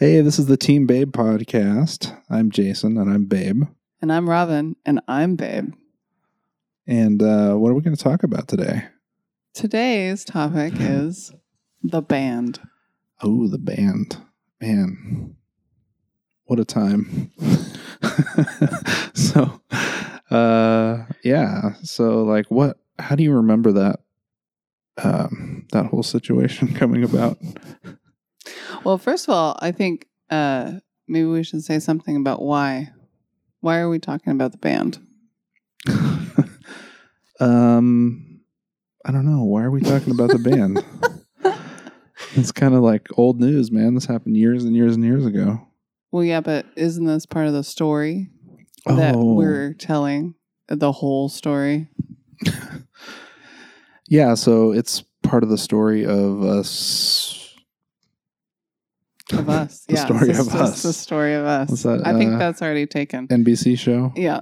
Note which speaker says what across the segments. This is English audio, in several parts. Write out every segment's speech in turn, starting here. Speaker 1: Hey, this is the Team Babe podcast. I'm Jason and I'm Babe.
Speaker 2: And I'm Robin, and I'm Babe.
Speaker 1: And uh, what are we going to talk about today?
Speaker 2: Today's topic is the band.
Speaker 1: Oh, the band. Man, what a time. so, uh, yeah. So, like, what, how do you remember that? Um, that whole situation coming about.
Speaker 2: Well, first of all, I think uh, maybe we should say something about why. Why are we talking about the band?
Speaker 1: um, I don't know. Why are we talking about the band? it's kind of like old news, man. This happened years and years and years ago.
Speaker 2: Well, yeah, but isn't this part of the story that
Speaker 1: Oh.
Speaker 2: we're telling? The whole story?
Speaker 1: yeah. So it's part of the story of us.
Speaker 2: Of us.
Speaker 1: The
Speaker 2: yeah,
Speaker 1: story
Speaker 2: it's
Speaker 1: of
Speaker 2: just
Speaker 1: us.
Speaker 2: The story of
Speaker 1: What's
Speaker 2: us.
Speaker 1: that,
Speaker 2: I think
Speaker 1: uh,
Speaker 2: that's already taken.
Speaker 1: NBC show.
Speaker 2: Yeah,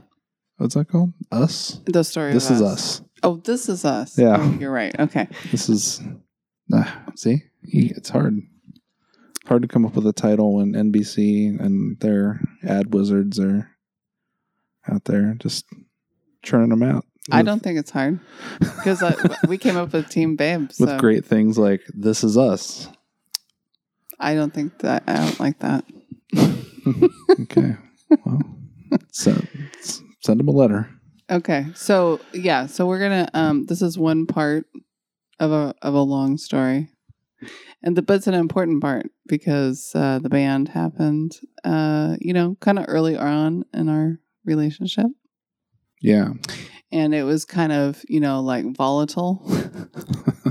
Speaker 1: What's that called? Us.
Speaker 2: the story
Speaker 1: This
Speaker 2: of us.
Speaker 1: is us.
Speaker 2: Oh, this is us.
Speaker 1: Yeah.
Speaker 2: Oh, you're right. Okay.
Speaker 1: This is. Uh, see, You- it's hard. Hard to come up with a title when NBC and their ad wizards are out there just churning them out.
Speaker 2: I
Speaker 1: with-
Speaker 2: don't think it's hard because we came up with Team Babe.
Speaker 1: with
Speaker 2: So
Speaker 1: great things like "This Is Us."
Speaker 2: I don't think that I don't like that.
Speaker 1: Okay, well, send, send them a letter.
Speaker 2: Okay, so yeah, so we're gonna. Um, this is one part of a of a long story, and the but it's an important part because uh, the band happened. Uh, you know, kind of early on in our relationship,
Speaker 1: Yeah,
Speaker 2: and it was kind of you know like volatile.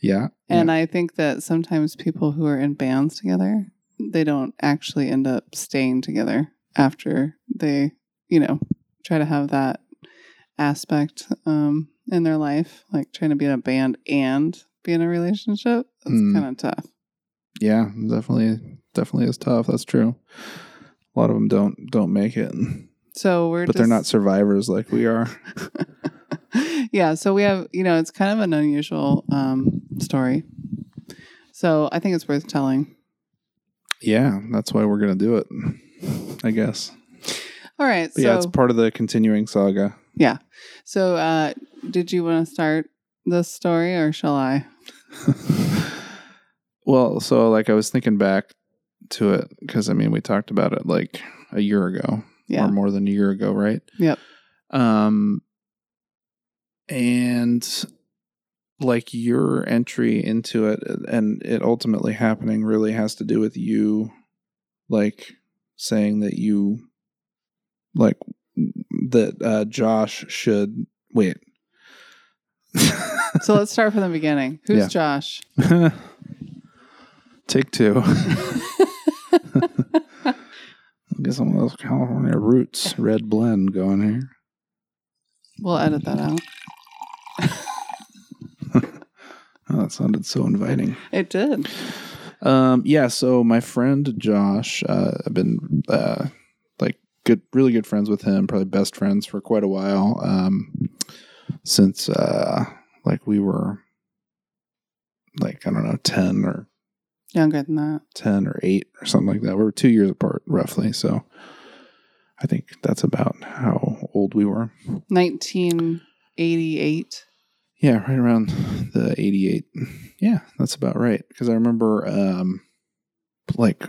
Speaker 1: yeah,
Speaker 2: And I think that sometimes people who are in bands together, they don't actually end up staying together after they, you know, try to have that aspect um, in their life, like trying to be in a band and be in a relationship. That's
Speaker 1: Mm.
Speaker 2: kind of tough.
Speaker 1: yeah. Definitely, definitely is tough. That's true. A lot of them don't don't make it,
Speaker 2: So we're
Speaker 1: but they're not
Speaker 2: just-
Speaker 1: survivors like we are.
Speaker 2: yeah, so we have, you know, it's kind of an unusual um, story. So I think it's worth telling.
Speaker 1: Yeah, that's why we're gonna do it. I guess.
Speaker 2: All right.
Speaker 1: But
Speaker 2: so
Speaker 1: yeah, it's part of the continuing saga.
Speaker 2: So, uh, did you want to start this story or shall I?
Speaker 1: well, so like I was thinking back to it because I mean we talked about it like a year ago
Speaker 2: Yeah.
Speaker 1: or more than a year ago, right?
Speaker 2: Yep.
Speaker 1: Um, and like your entry into it and it ultimately happening really has to do with you like saying that you like that uh Josh should wait
Speaker 2: So let's start from the beginning. Who's
Speaker 1: Yeah.
Speaker 2: Josh?
Speaker 1: Take two. Get some of those California roots red blend going here.
Speaker 2: We'll edit that out.
Speaker 1: Oh, that sounded so inviting.
Speaker 2: It did.
Speaker 1: Um, yeah, so my friend Josh, uh, I've been uh, like good, really good friends with him, probably best friends for quite a while. Um, since uh, like we were like I don't know ten or
Speaker 2: Younger than that.
Speaker 1: 10 or 8 or something like that. We were two years apart, roughly. So I think that's about how old we were.
Speaker 2: 1988.
Speaker 1: Yeah, right around the 88. Yeah, that's about right. Because I remember, um, like,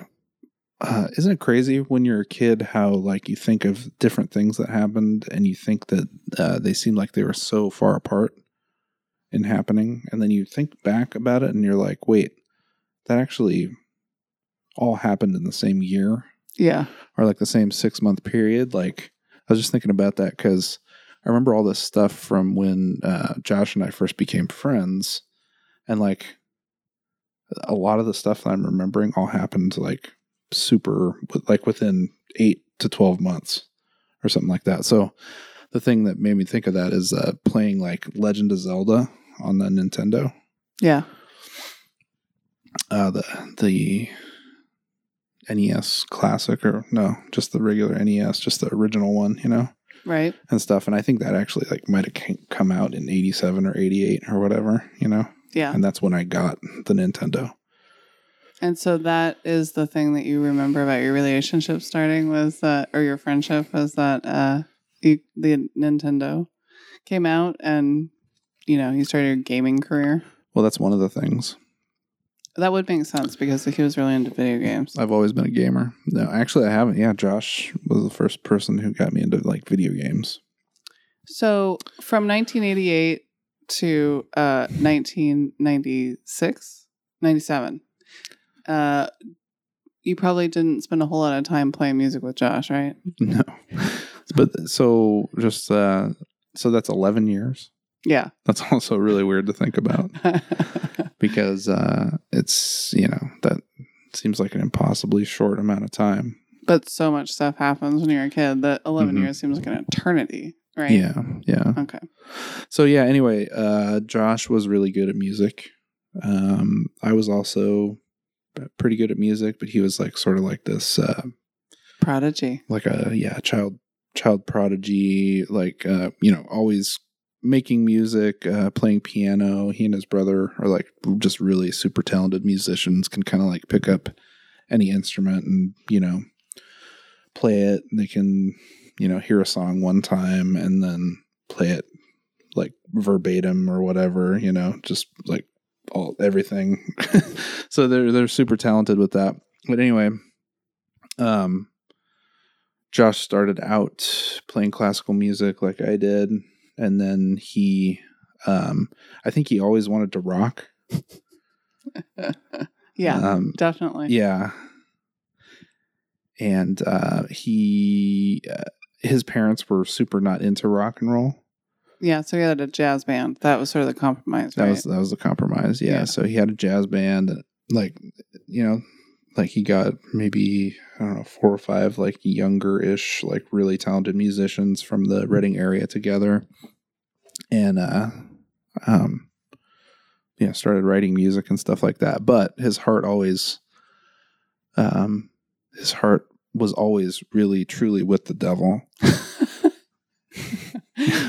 Speaker 1: uh, isn't it crazy when you're a kid how, like, you think of different things that happened and you think that uh, they seem like they were so far apart in happening? And then you think back about it and you're like, wait, that actually all happened in the same year.
Speaker 2: Yeah.
Speaker 1: or like the same six month period. Like I was just thinking about that because I remember all this stuff from when uh, Josh and I first became friends, and like a lot of the stuff that I'm remembering all happened like super with- like within eight to twelve months or something like that. So the thing that made me think of that is uh, playing like Legend of Zelda on the Nintendo
Speaker 2: Yeah.
Speaker 1: uh, the the NES classic or no, just the regular NES, just the original one, you know,
Speaker 2: Right.
Speaker 1: and stuff. And I think that actually like might have came- come out in '87 or '88 or whatever, you know.
Speaker 2: Yeah.
Speaker 1: And that's when I got the Nintendo.
Speaker 2: And so that is the thing that you remember about your relationship starting was that, or your friendship was that uh, you, the Nintendo came out and, you know, you started your gaming career.
Speaker 1: Well, that's one of the things.
Speaker 2: That would make sense because he was really into video games.
Speaker 1: I've always been a gamer. No, actually, I haven't. Yeah, Josh was the first person who got me into like video games.
Speaker 2: So from 1988 to uh, 1996, 97, uh, you probably didn't spend a whole lot of time playing music with Josh, right?
Speaker 1: No, but so just uh, so that's eleven years.
Speaker 2: Yeah.
Speaker 1: That's also really weird to think about because uh, it's you know that seems like an impossibly short amount of time.
Speaker 2: but so much stuff happens when you're a kid that 11
Speaker 1: Mhm.
Speaker 2: years seems like an eternity, right?
Speaker 1: Yeah, yeah.
Speaker 2: Okay.
Speaker 1: So yeah. Anyway, uh, Josh was really good at music. Um, I was also pretty good at music, but he was like sort of like this. Uh,
Speaker 2: Prodigy.
Speaker 1: like a yeah child child prodigy like uh you know always making music uh playing piano he and his brother are like just really super talented musicians can kind of like pick up any instrument and you know play it they can you know hear a song one time and then play it like verbatim or whatever you know just like all everything so they're they're super talented with that but anyway um Josh started out playing classical music like I did, and then he, um, I think he always wanted to rock.
Speaker 2: Yeah,
Speaker 1: um,
Speaker 2: definitely.
Speaker 1: yeah. And uh, he, uh, his parents were super not into rock and roll.
Speaker 2: Yeah, so he had a jazz band. That was sort of the compromise,
Speaker 1: That
Speaker 2: right?
Speaker 1: was that was the compromise. Yeah.
Speaker 2: Yeah.
Speaker 1: So he had a jazz band, like you know, like he got maybe I don't know four or five like younger ish like really talented musicians from
Speaker 2: Mm-hmm.
Speaker 1: the Reading area together, and uh, um, you know, started writing music and stuff like that. But his heart always, um, his heart was always really truly with the devil.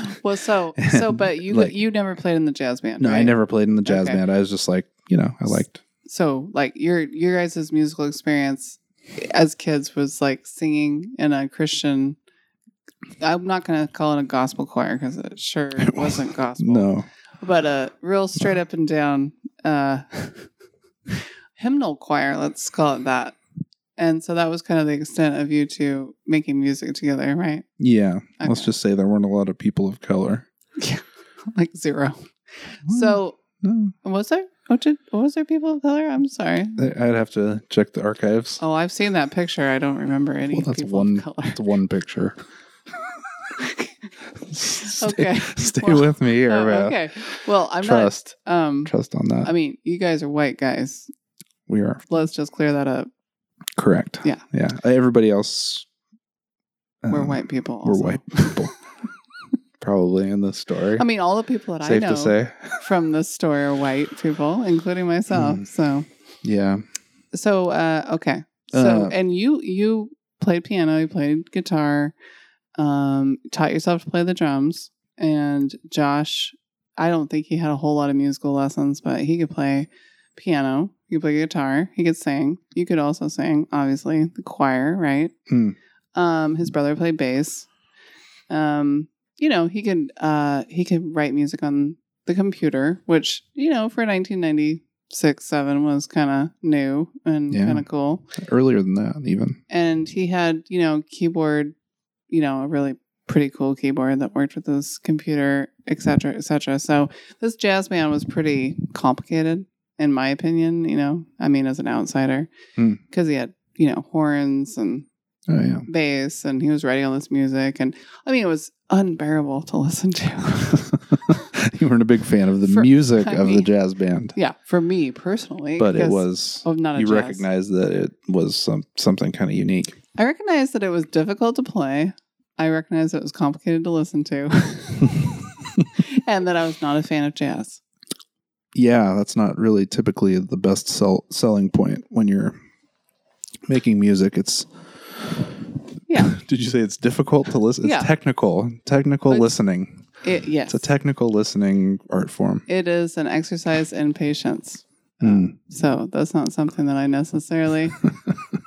Speaker 2: well, so so, but you
Speaker 1: Like-
Speaker 2: you never played in the jazz band.
Speaker 1: No, I
Speaker 2: right?
Speaker 1: never played in the jazz
Speaker 2: Okay.
Speaker 1: band. I was just like, you know, I liked
Speaker 2: So, like your your guys' musical experience as kids was like singing in a Christian. I'm not gonna call it a gospel choir because it sure wasn't gospel.
Speaker 1: no.
Speaker 2: but a real straight up and down uh, hymnal choir, let's call it that. And so that was kind of the extent of you two making music together, right?
Speaker 1: Yeah. Let's
Speaker 2: Okay.
Speaker 1: just say there weren't a lot of people of color.
Speaker 2: Like zero.
Speaker 1: Hmm.
Speaker 2: So
Speaker 1: no,
Speaker 2: was there? What did? What was there? People of color? I'm sorry.
Speaker 1: I- I'd have to check the archives.
Speaker 2: Oh, I've seen that picture. I don't remember any
Speaker 1: Well, that's
Speaker 2: people
Speaker 1: one-
Speaker 2: of color.
Speaker 1: It's one picture. stay,
Speaker 2: Okay.
Speaker 1: Stay
Speaker 2: Well,
Speaker 1: with me here,
Speaker 2: Oh,
Speaker 1: man.
Speaker 2: okay. Well, I'm
Speaker 1: trust,
Speaker 2: not. Um,
Speaker 1: trust on that.
Speaker 2: I mean, you guys are white guys.
Speaker 1: we are
Speaker 2: Let's just clear that up.
Speaker 1: correct.
Speaker 2: Yeah.
Speaker 1: yeah. Everybody else,
Speaker 2: We're
Speaker 1: um,
Speaker 2: white people.
Speaker 1: We're
Speaker 2: also.
Speaker 1: white people, probably in this story.
Speaker 2: I mean, all the people that
Speaker 1: Safe
Speaker 2: Um, I know
Speaker 1: to say,
Speaker 2: from the store are white people, including myself.
Speaker 1: Mm.
Speaker 2: So,
Speaker 1: yeah.
Speaker 2: so uh, okay. So,
Speaker 1: Uh,
Speaker 2: and you you played piano, you played guitar, um, taught yourself to play the drums, and Josh. I don't think he had a whole lot of musical lessons, but he could play piano, he could play guitar, he could sing. You could also sing, obviously, the choir, right?
Speaker 1: Mm.
Speaker 2: Um, his brother played bass. Um, you know, he could uh, he could write music on the computer, which you know for 1996 seven was kind of new and
Speaker 1: Yeah.
Speaker 2: kind of cool.
Speaker 1: Earlier than that, even.
Speaker 2: And he had you know keyboard, you know a really pretty cool keyboard that worked with his computer, et cetera, et cetera. So this jazz band was pretty complicated, in my opinion. You know, I mean, as an outsider,
Speaker 1: Hmm.
Speaker 2: because he had you know horns and
Speaker 1: Oh yeah.
Speaker 2: bass and he was writing all this music and i mean it was unbearable to listen to
Speaker 1: you weren't a big fan of the
Speaker 2: For-
Speaker 1: music
Speaker 2: I
Speaker 1: of the
Speaker 2: mean-
Speaker 1: jazz band,
Speaker 2: yeah for me personally
Speaker 1: but it
Speaker 2: 'cause
Speaker 1: was
Speaker 2: i'm not a
Speaker 1: you
Speaker 2: jazz.
Speaker 1: recognize that it was some something kind of unique.
Speaker 2: i recognized that it was difficult to play i recognized that it was complicated to listen to and that i was not a fan of jazz
Speaker 1: yeah, that's not really typically the best sell, selling point when you're making music. It's
Speaker 2: Yeah.
Speaker 1: Did you say it's difficult to listen? It's
Speaker 2: Yeah.
Speaker 1: technical, technical
Speaker 2: It's-
Speaker 1: listening.
Speaker 2: it yes
Speaker 1: It's a technical listening art form.
Speaker 2: it is an exercise in patience
Speaker 1: Mm.
Speaker 2: So that's not something that I necessarily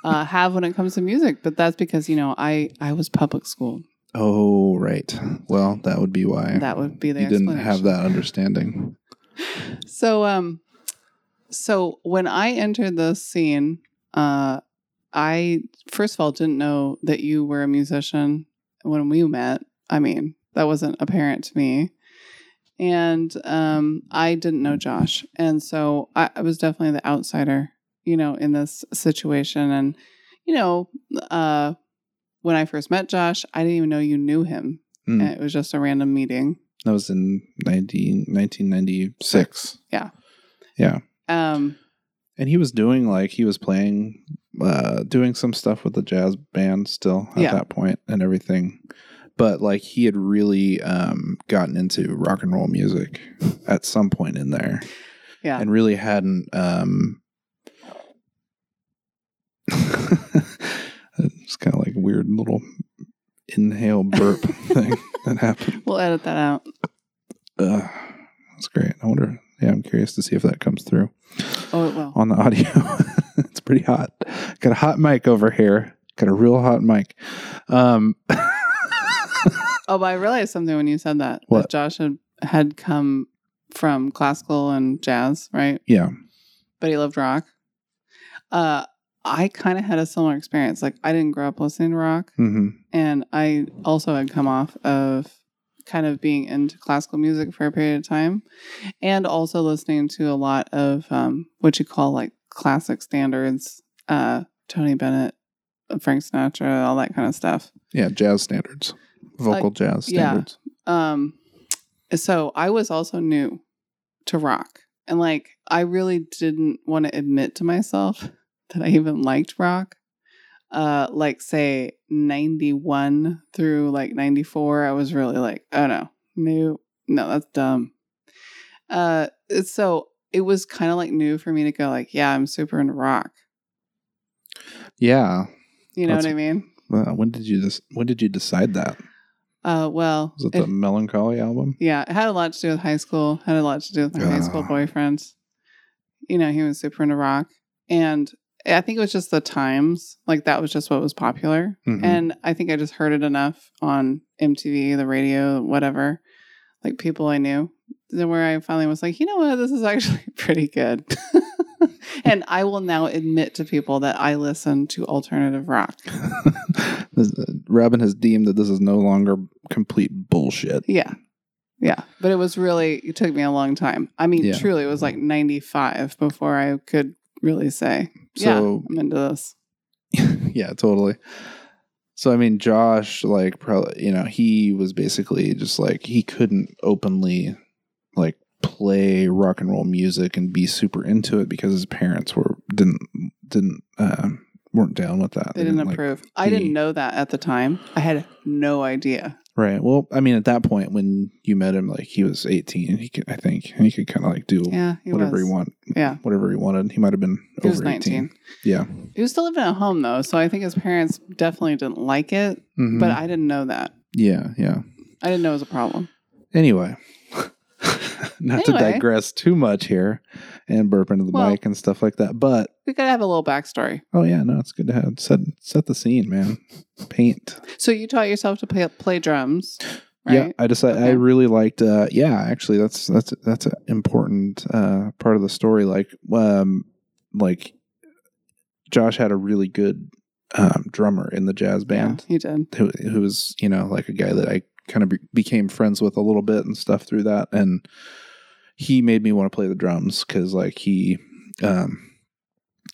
Speaker 2: uh, have when it comes to music. But that's because you know I I was public school.
Speaker 1: Oh, right. Well, that would be why
Speaker 2: That would be the
Speaker 1: you didn't
Speaker 2: explanation.
Speaker 1: have that understanding.
Speaker 2: So um so when I entered the scene, uh I first of all didn't know that you were a musician when we met. I mean, that wasn't apparent to me. And um I didn't know Josh. And so I, I was definitely the outsider, you know, in this situation. And, you know, uh when I first met Josh, I didn't even know you knew him.
Speaker 1: Mm.
Speaker 2: It was just a random meeting.
Speaker 1: That was in 19, 1996.
Speaker 2: Yeah.
Speaker 1: Yeah.
Speaker 2: Um
Speaker 1: And he was doing like he was playing uh doing some stuff with the jazz band still at
Speaker 2: Yeah.
Speaker 1: that point and everything. But like he had really um gotten into rock and roll music at some point in there
Speaker 2: yeah.
Speaker 1: and really hadn't um it's kind of like weird little inhale burp thing that happened.
Speaker 2: We'll edit that out.
Speaker 1: Uh, that's great. I wonder. Yeah, I'm curious to see if that comes through
Speaker 2: Oh, it will.
Speaker 1: on the audio. it's pretty hot. Got a hot mic over here. Got a real hot mic. Um,
Speaker 2: Oh, but I realized something when you said that.
Speaker 1: What?
Speaker 2: That Josh had, had come from classical and jazz, right?
Speaker 1: yeah.
Speaker 2: But he loved rock. Uh, I kind of had a similar experience. Like, I didn't grow up listening to rock,
Speaker 1: hmm
Speaker 2: and I also had come off of kind of being into classical music for a period of time, and also listening to a lot of um, what you call like classic standards, uh, Tony Bennett, Frank Sinatra, all that kind of stuff.
Speaker 1: Yeah. Jazz standards, vocal jazz
Speaker 2: yeah.
Speaker 1: standards.
Speaker 2: um so i was also new to rock and like i really didn't want to admit to myself that i even liked rock uh like say 91 through like 94 i was really like oh no no no that's dumb uh so it was kind of like new for me to go like yeah i'm super into rock
Speaker 1: Yeah.
Speaker 2: you know
Speaker 1: That's-
Speaker 2: what i mean
Speaker 1: Wow, when did you this? When did you decide that?
Speaker 2: uh well
Speaker 1: Was it
Speaker 2: if-
Speaker 1: the Melancholy album?
Speaker 2: Yeah, it had a lot to do with high school. Had a lot to do with my high school
Speaker 1: Ah.
Speaker 2: boyfriend. You know, he was super into rock, and I think it was just the times. Like that was just what was popular,
Speaker 1: Mhm.
Speaker 2: and I think I just heard it enough on MTV, the radio, whatever. Like people I knew, then where I finally was like, you know what, this is actually pretty good. and I will now admit to people that I listen to alternative rock.
Speaker 1: This- uh, Robin has deemed that this is no longer complete bullshit.
Speaker 2: Yeah. Yeah. But it was really, it took me a long time. I mean,
Speaker 1: Yeah.
Speaker 2: truly, it was like 95 before I could really say,
Speaker 1: So-
Speaker 2: yeah, I'm into this.
Speaker 1: yeah, totally. So I mean, Josh, like, probably you know, he was basically just like he couldn't openly like play rock and roll music and be super into it because his parents were didn't didn't uh, weren't down with that.
Speaker 2: They didn't
Speaker 1: like-
Speaker 2: approve. I didn't
Speaker 1: the-
Speaker 2: know that at the time. I had no idea.
Speaker 1: right. Well, I mean, at that point when you met him, like he was eighteen, he could, I think, and he could kind of like do
Speaker 2: Yeah. He
Speaker 1: whatever
Speaker 2: was.
Speaker 1: he want,
Speaker 2: Yeah.
Speaker 1: whatever he wanted. He might have been
Speaker 2: He
Speaker 1: over
Speaker 2: was
Speaker 1: 18.
Speaker 2: 19.
Speaker 1: Yeah.
Speaker 2: He was still living at home, though. So I think his parents definitely didn't like it,
Speaker 1: Mhm.
Speaker 2: but I didn't know that.
Speaker 1: yeah, yeah.
Speaker 2: I didn't know it was a problem.
Speaker 1: Anyway, not to
Speaker 2: Anyway.
Speaker 1: digress too much here and burp into the
Speaker 2: Well-
Speaker 1: mic and stuff like that, but
Speaker 2: We got to have a little backstory.
Speaker 1: oh yeah, no, it's good to have set set the scene, man. Paint.
Speaker 2: So you taught yourself to play, play drums,
Speaker 1: Yeah,
Speaker 2: right?
Speaker 1: I decided I
Speaker 2: Okay.
Speaker 1: really liked. uh Yeah, actually, that's that's that's an important uh part of the story. Like, um, like Josh had a really good um drummer in the jazz band.
Speaker 2: Yeah, you did.
Speaker 1: who who was you know like a guy that I kind of be, became friends with a little bit and stuff through that, and he made me want to play the drums because like he um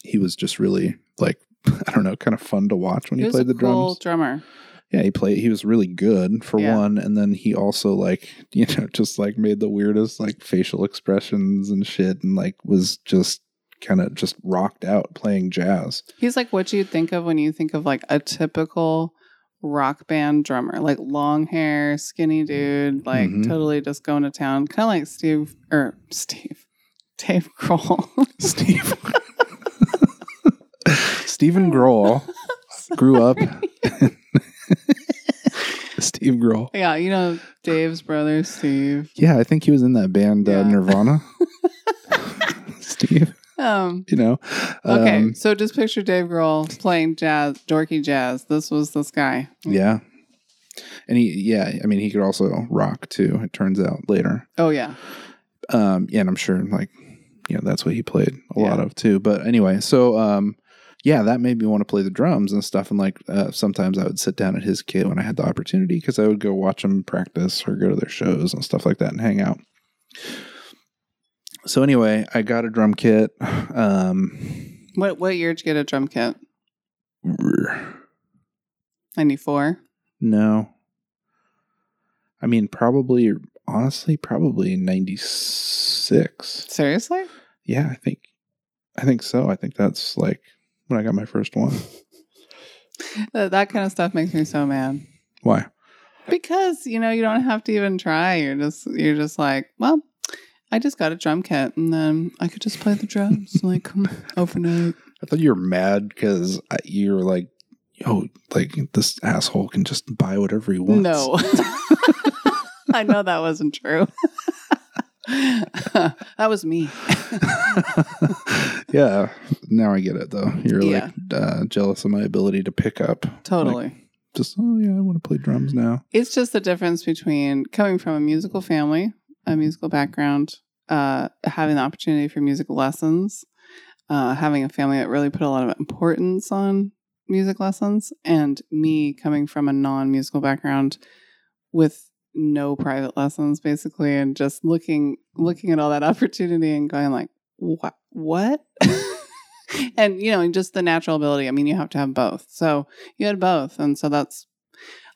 Speaker 1: he was just really like I don't know kind of fun to watch when
Speaker 2: He
Speaker 1: he
Speaker 2: was a
Speaker 1: played the
Speaker 2: cool
Speaker 1: drums.
Speaker 2: drummer.
Speaker 1: Yeah, he played. He was really good for
Speaker 2: Yeah.
Speaker 1: one, and then he also like you know just like made the weirdest like facial expressions and shit, and like was just kind of just rocked out playing jazz.
Speaker 2: He's like what you think of when you think of like a typical rock band drummer, like long hair, skinny dude, like
Speaker 1: Mhm.
Speaker 2: totally just going to town, kind of like Steve or Steve, Dave Grohl.
Speaker 1: Steve. Stephen Grohl grew up. Steve Grohl.
Speaker 2: yeah, you know Dave's brother Steve.
Speaker 1: Yeah, I think he was in that band uh,
Speaker 2: Yeah.
Speaker 1: Nirvana. Steve.
Speaker 2: Uh, Um,
Speaker 1: you know?
Speaker 2: okay,
Speaker 1: Um,
Speaker 2: so just picture Dave Grohl playing jazz, dorky jazz. This was this guy.
Speaker 1: Yeah. And he, yeah, I mean, he could also rock too, it turns out later.
Speaker 2: Oh yeah.
Speaker 1: Um, yeah, and I'm sure like, you know, that's what he played a lot
Speaker 2: Yeah.
Speaker 1: of too. But anyway, so, um, yeah, that made me want to play the drums and stuff. And like, uh, sometimes I would sit down at his kit when I had the opportunity because I would go watch them practice or go to their shows and stuff like that and hang out. So anyway, I got a drum kit. Um,
Speaker 2: What what year did you get a drum kit? Ninety four.
Speaker 1: No. I mean, probably, honestly, probably 96.
Speaker 2: Seriously?
Speaker 1: Yeah, I think, I think so. I think that's like when I got my first one.
Speaker 2: That, that kind of stuff makes me so mad.
Speaker 1: Why?
Speaker 2: Because you know you don't have to even try. You're just you're just like, well, I just got a drum kit, and then I could just play the drums like come overnight.
Speaker 1: I thought you were mad because you were like, oh, like this asshole can just buy whatever he wants.
Speaker 2: No, I know that wasn't true. that was me.
Speaker 1: yeah. Now I get it though. You're
Speaker 2: Yeah.
Speaker 1: like uh, jealous of my ability to pick up.
Speaker 2: Totally.
Speaker 1: Just, oh, yeah, I want to play drums
Speaker 2: Mm-hmm.
Speaker 1: now.
Speaker 2: it's just the difference between coming from a musical family, a musical background, uh, having the opportunity for musical lessons, uh, having a family that really put a lot of importance on music lessons, and me coming from a non musical background with no private lessons basically and just looking looking at all that opportunity and going like what what and you know and just the natural ability i mean you have to have both so you had both and so that's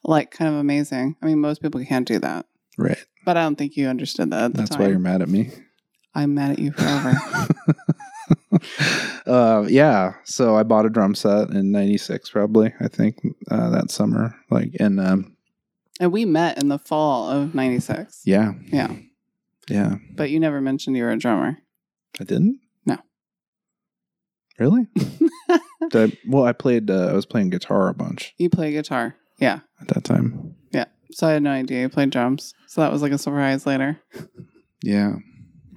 Speaker 2: like kind of amazing i mean most people can't do that
Speaker 1: Right.
Speaker 2: but i don't think you understood that at the
Speaker 1: That's
Speaker 2: time
Speaker 1: why you're mad at me.
Speaker 2: i'm mad at you forever
Speaker 1: uh, yeah. So I bought a drum set in '96, probably. I think uh, that summer, like, and um,
Speaker 2: and we met in the fall of 96
Speaker 1: yeah,
Speaker 2: Yeah.
Speaker 1: yeah.
Speaker 2: but you never mentioned you were a drummer
Speaker 1: I didn't.
Speaker 2: No.
Speaker 1: Really? Did I, well, I played. Uh, I was playing guitar a bunch
Speaker 2: you play guitar yeah
Speaker 1: at that time.
Speaker 2: so i had no idea you played drums so that was like a surprise later
Speaker 1: Yeah,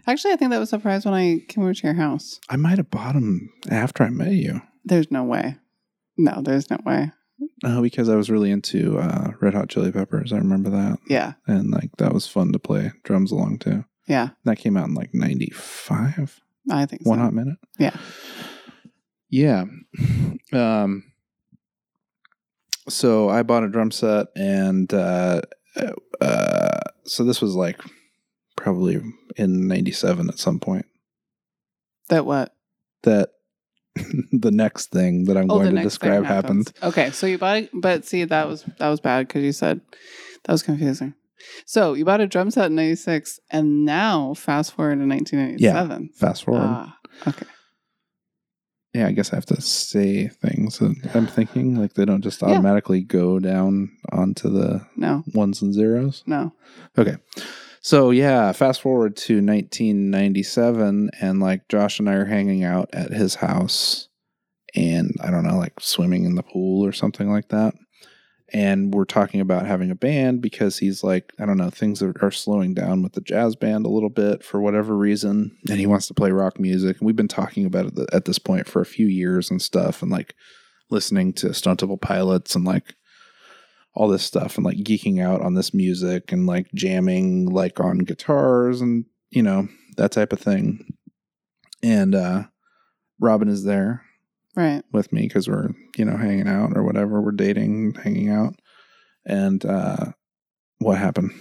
Speaker 2: Actually, I think that was a surprise when I came over to your house.
Speaker 1: I might have bought them after I met you.
Speaker 2: There's no way. No, there's no way.
Speaker 1: Uh, because I was really into uh, Red Hot Chili Peppers. I remember that,
Speaker 2: Yeah,
Speaker 1: and like that was fun to play drums along to.
Speaker 2: yeah,
Speaker 1: That came out in like '95.
Speaker 2: I think
Speaker 1: one
Speaker 2: so.
Speaker 1: hot minute.
Speaker 2: Yeah.
Speaker 1: Yeah. Um so I bought a drum set and uh uh so this was like probably in 97 at some point
Speaker 2: That what?
Speaker 1: that the next thing that I'm
Speaker 2: Oh, the
Speaker 1: going to
Speaker 2: next thing
Speaker 1: describe happened.
Speaker 2: happens. Okay, so you bought, a, but see, that was that was bad because you said that was confusing. So you bought a drum set in '96, and now fast forward to 1987.
Speaker 1: Fast forward.
Speaker 2: Ah, okay.
Speaker 1: yeah, I guess I have to say things that I'm thinking like they don't just
Speaker 2: Yeah.
Speaker 1: automatically go down onto the
Speaker 2: No,
Speaker 1: ones and zeros.
Speaker 2: no.
Speaker 1: So yeah, fast forward to 1997, and like Josh and I are hanging out at his house, and I don't know, like swimming in the pool or something like that. And we're talking about having a band because he's like, I don't know, things are, are slowing down with the jazz band a little bit for whatever reason, and he wants to play rock music. And we've been talking about it th- at this point for a few years and stuff, and like listening to Stuntable Pilots and like all this stuff and like geeking out on this music and like jamming like on guitars and you know that type of thing and uh robin is there
Speaker 2: Right.
Speaker 1: with me because we're you know hanging out or whatever we're dating hanging out and uh what happened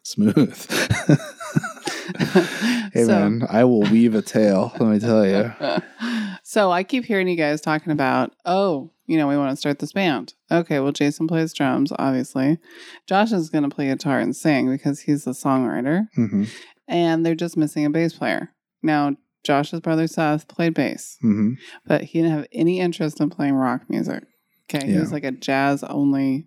Speaker 1: smooth hey
Speaker 2: So-
Speaker 1: man i will weave a tale let me tell you
Speaker 2: so I keep hearing you guys talking about, oh, you know, we want to start this band. Okay, well, Jason plays drums, obviously. Josh is going to play guitar and sing because he's a songwriter,
Speaker 1: hmm
Speaker 2: and they're just missing a bass player. Now, Josh's brother Seth played bass,
Speaker 1: hmm
Speaker 2: but he didn't have any interest in playing rock music. Okay, he
Speaker 1: Yeah.
Speaker 2: was like a jazz only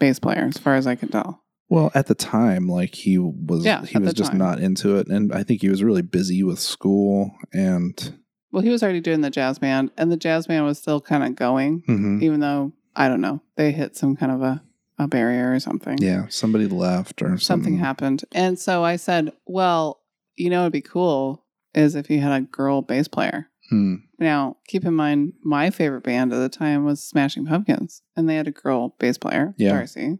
Speaker 2: bass player, as far as I can tell.
Speaker 1: Well, at the time, like he was,
Speaker 2: Yeah,
Speaker 1: he
Speaker 2: at
Speaker 1: was
Speaker 2: the
Speaker 1: just
Speaker 2: time.
Speaker 1: not into it, and I think he was really busy with school and.
Speaker 2: Well, he was already doing the jazz band, and the jazz band was still kind of going,
Speaker 1: Mhm.
Speaker 2: even though, I don't know, they hit some kind of a, a barrier or something.
Speaker 1: Yeah, Mm-hmm. somebody left or something.
Speaker 2: something happened. And so I said, Well, you know, it'd be cool is if you had a girl bass player.
Speaker 1: Hmm.
Speaker 2: Now, keep in mind, my favorite band at the time was Smashing Pumpkins, and they had a girl bass player,
Speaker 1: Yeah.
Speaker 2: Darcy,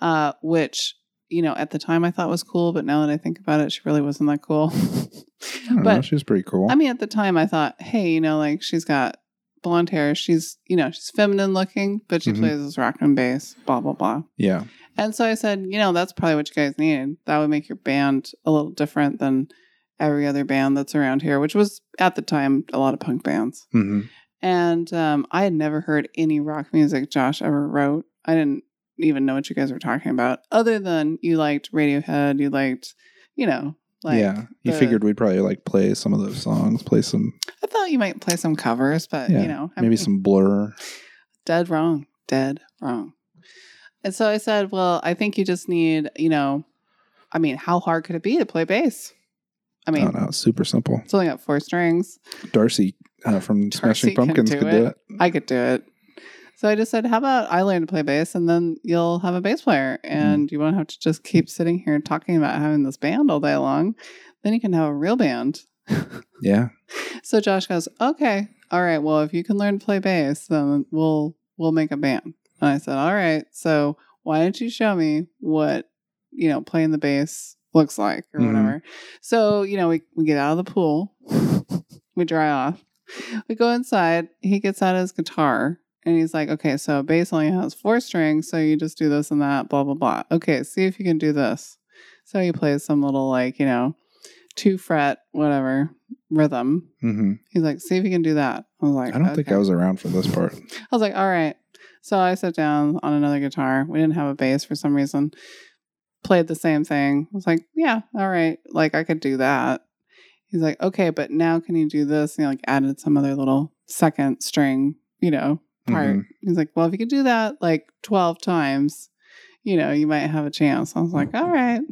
Speaker 2: uh, which, you know, at the time I thought was cool, but now that I think about it, she really wasn't that cool.
Speaker 1: I don't know.
Speaker 2: but
Speaker 1: She's pretty cool.
Speaker 2: I mean, at the time I thought, hey, you know, like she's got blonde hair, she's, you know, she's feminine looking, but she
Speaker 1: Mhm.
Speaker 2: plays this rock and bass, blah, blah, blah.
Speaker 1: yeah.
Speaker 2: And so I said, you know, that's probably what you guys need. That would make your band a little different than every other band that's around here, which was at the time a lot of punk bands.
Speaker 1: hmm
Speaker 2: And um, I had never heard any rock music Josh ever wrote. I didn't even know what you guys were talking about, other than you liked Radiohead, you liked, you know, like
Speaker 1: yeah. You
Speaker 2: the-
Speaker 1: figured we'd probably like play some of those songs, play some,
Speaker 2: I thought you might play some covers, but
Speaker 1: Yeah,
Speaker 2: you know, I
Speaker 1: maybe
Speaker 2: mean,
Speaker 1: some blur.
Speaker 2: dead wrong, dead wrong. And so I said, well, I think you just need, you know, I mean, how hard could it be to play bass? I
Speaker 1: I
Speaker 2: mean,
Speaker 1: don't know. It's super simple.
Speaker 2: it's only got four strings.
Speaker 1: Darcy uh, from Smashing
Speaker 2: Darcy can
Speaker 1: Pumpkins
Speaker 2: do
Speaker 1: could do
Speaker 2: it.
Speaker 1: it.
Speaker 2: I could do it. So I just said, how about I learn to play bass and then you'll have a bass player and you won't have to just keep sitting here talking about having this band all day long. Then you can have a real band.
Speaker 1: Yeah.
Speaker 2: So Josh goes, okay, all right. Well, if you can learn to play bass, then we'll we'll make a band. And I said, all right. So why don't you show me what you know playing the bass looks like or
Speaker 1: Mhm.
Speaker 2: whatever? So you know we we get out of the pool, we dry off, we go inside. He gets out his guitar. And he's like, okay, so bass only has four strings, so you just do this and that, blah, blah, blah. Okay, see if you can do this. So he plays some little, like, you know, two fret, whatever, rhythm.
Speaker 1: hmm
Speaker 2: He's like, see if you can do that. I was like,
Speaker 1: I don't think
Speaker 2: "Okay."
Speaker 1: I was around for this part.
Speaker 2: I was like, all right. So I sat down on another guitar. We didn't have a bass for some reason. Played the same thing. I was like, yeah, all right. Like I could do that. He's like, okay, but now can you do this? And he like added some other little second string, you know, part.
Speaker 1: Mhm.
Speaker 2: He's like, well, if you could do that like 12 times, you know, you might have a chance. I was like, all right.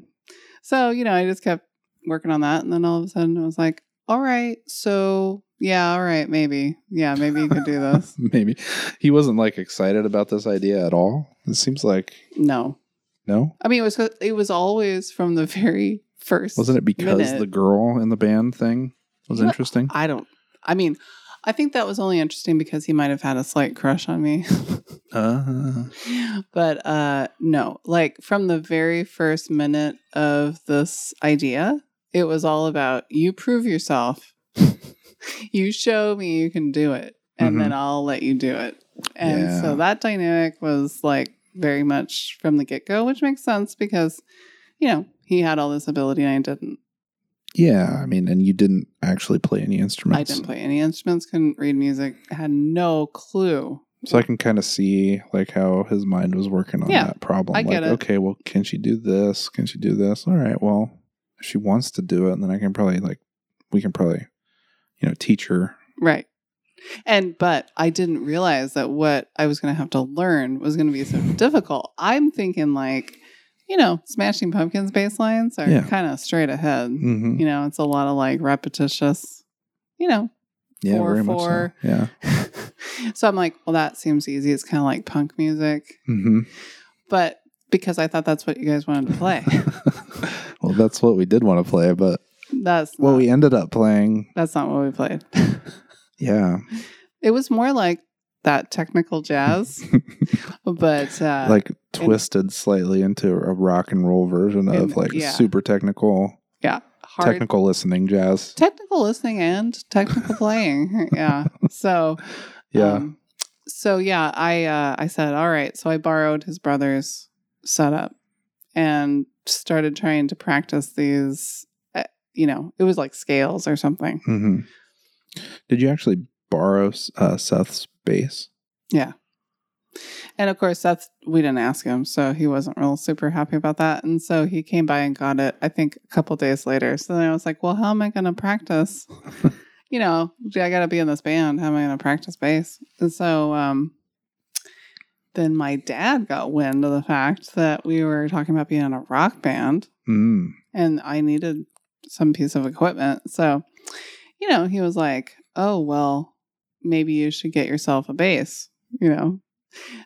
Speaker 2: So, you know, I just kept working on that. And then all of a sudden I was like, all right. So, yeah, all right. Maybe. Yeah, maybe you could do this.
Speaker 1: Maybe he wasn't like excited about this idea at all. It seems like
Speaker 2: No,
Speaker 1: no.
Speaker 2: I mean it was it was always from the very first.
Speaker 1: Wasn't it because
Speaker 2: minute.
Speaker 1: the girl in the band thing was
Speaker 2: Well,
Speaker 1: interesting?
Speaker 2: I don't. I mean, I think that was only interesting because he might have had a slight crush on me.
Speaker 1: Uh,
Speaker 2: but uh no, like from the very first minute of this idea, it was all about you prove yourself. you show me you can do it, and
Speaker 1: Mhm.
Speaker 2: then I'll let you do it. And
Speaker 1: Yeah.
Speaker 2: so that dynamic was like very much from the get go, which makes sense because, you know, he had all this ability and I didn't.
Speaker 1: yeah, I mean, and you didn't actually play any instruments,
Speaker 2: I didn't play any instruments, couldn't read music, had no clue.
Speaker 1: so I can kind of see like how his mind was working on
Speaker 2: Yeah,
Speaker 1: that problem.
Speaker 2: I
Speaker 1: like,
Speaker 2: get it.
Speaker 1: okay, well, can she do this? Can she do this? All right, well, if she wants to do it, then I can probably like we can probably you know teach her.
Speaker 2: Right. And but I didn't realize that what I was going to have to learn was going to be so difficult. I'm thinking like, you know, Smashing Pumpkins bass lines are
Speaker 1: Yeah.
Speaker 2: kind of straight ahead.
Speaker 1: Mm-hmm.
Speaker 2: You know, it's a lot of like repetitious, you know.
Speaker 1: Yeah,
Speaker 2: four,
Speaker 1: very
Speaker 2: four.
Speaker 1: much. So. Yeah.
Speaker 2: so I'm like, well, that seems easy. It's kind of like punk music,
Speaker 1: Mm-hmm.
Speaker 2: but because I thought that's what you guys wanted to play.
Speaker 1: well, that's what we did want to play, but
Speaker 2: that's
Speaker 1: what
Speaker 2: not,
Speaker 1: we ended up playing,
Speaker 2: that's not what we played.
Speaker 1: yeah,
Speaker 2: It was more like that technical jazz, but uh,
Speaker 1: like twisted slightly into a rock and roll version
Speaker 2: And-
Speaker 1: of like
Speaker 2: yeah.
Speaker 1: super technical,
Speaker 2: yeah, hard
Speaker 1: technical listening jazz.
Speaker 2: technical listening and technical playing. yeah. So
Speaker 1: yeah.
Speaker 2: um, so yeah, I uh, I said all right. So I borrowed his brother's setup and started trying to practice these. uh, You know, it was like scales or something.
Speaker 1: hmm Did you actually borrow uh, Seth's bass?
Speaker 2: And of course, that's we didn't ask him, so he wasn't real super happy about that. And so he came by and got it, I think, a couple days later. So then I was like, well, how am I going to practice? you know, I got to be in this band. How am I going to practice bass? And so um, then my dad got wind of the fact that we were talking about being in a rock band
Speaker 1: Mm.
Speaker 2: and I needed some piece of equipment. So, you know, he was like, "Oh, well, maybe you should get yourself a bass." you know.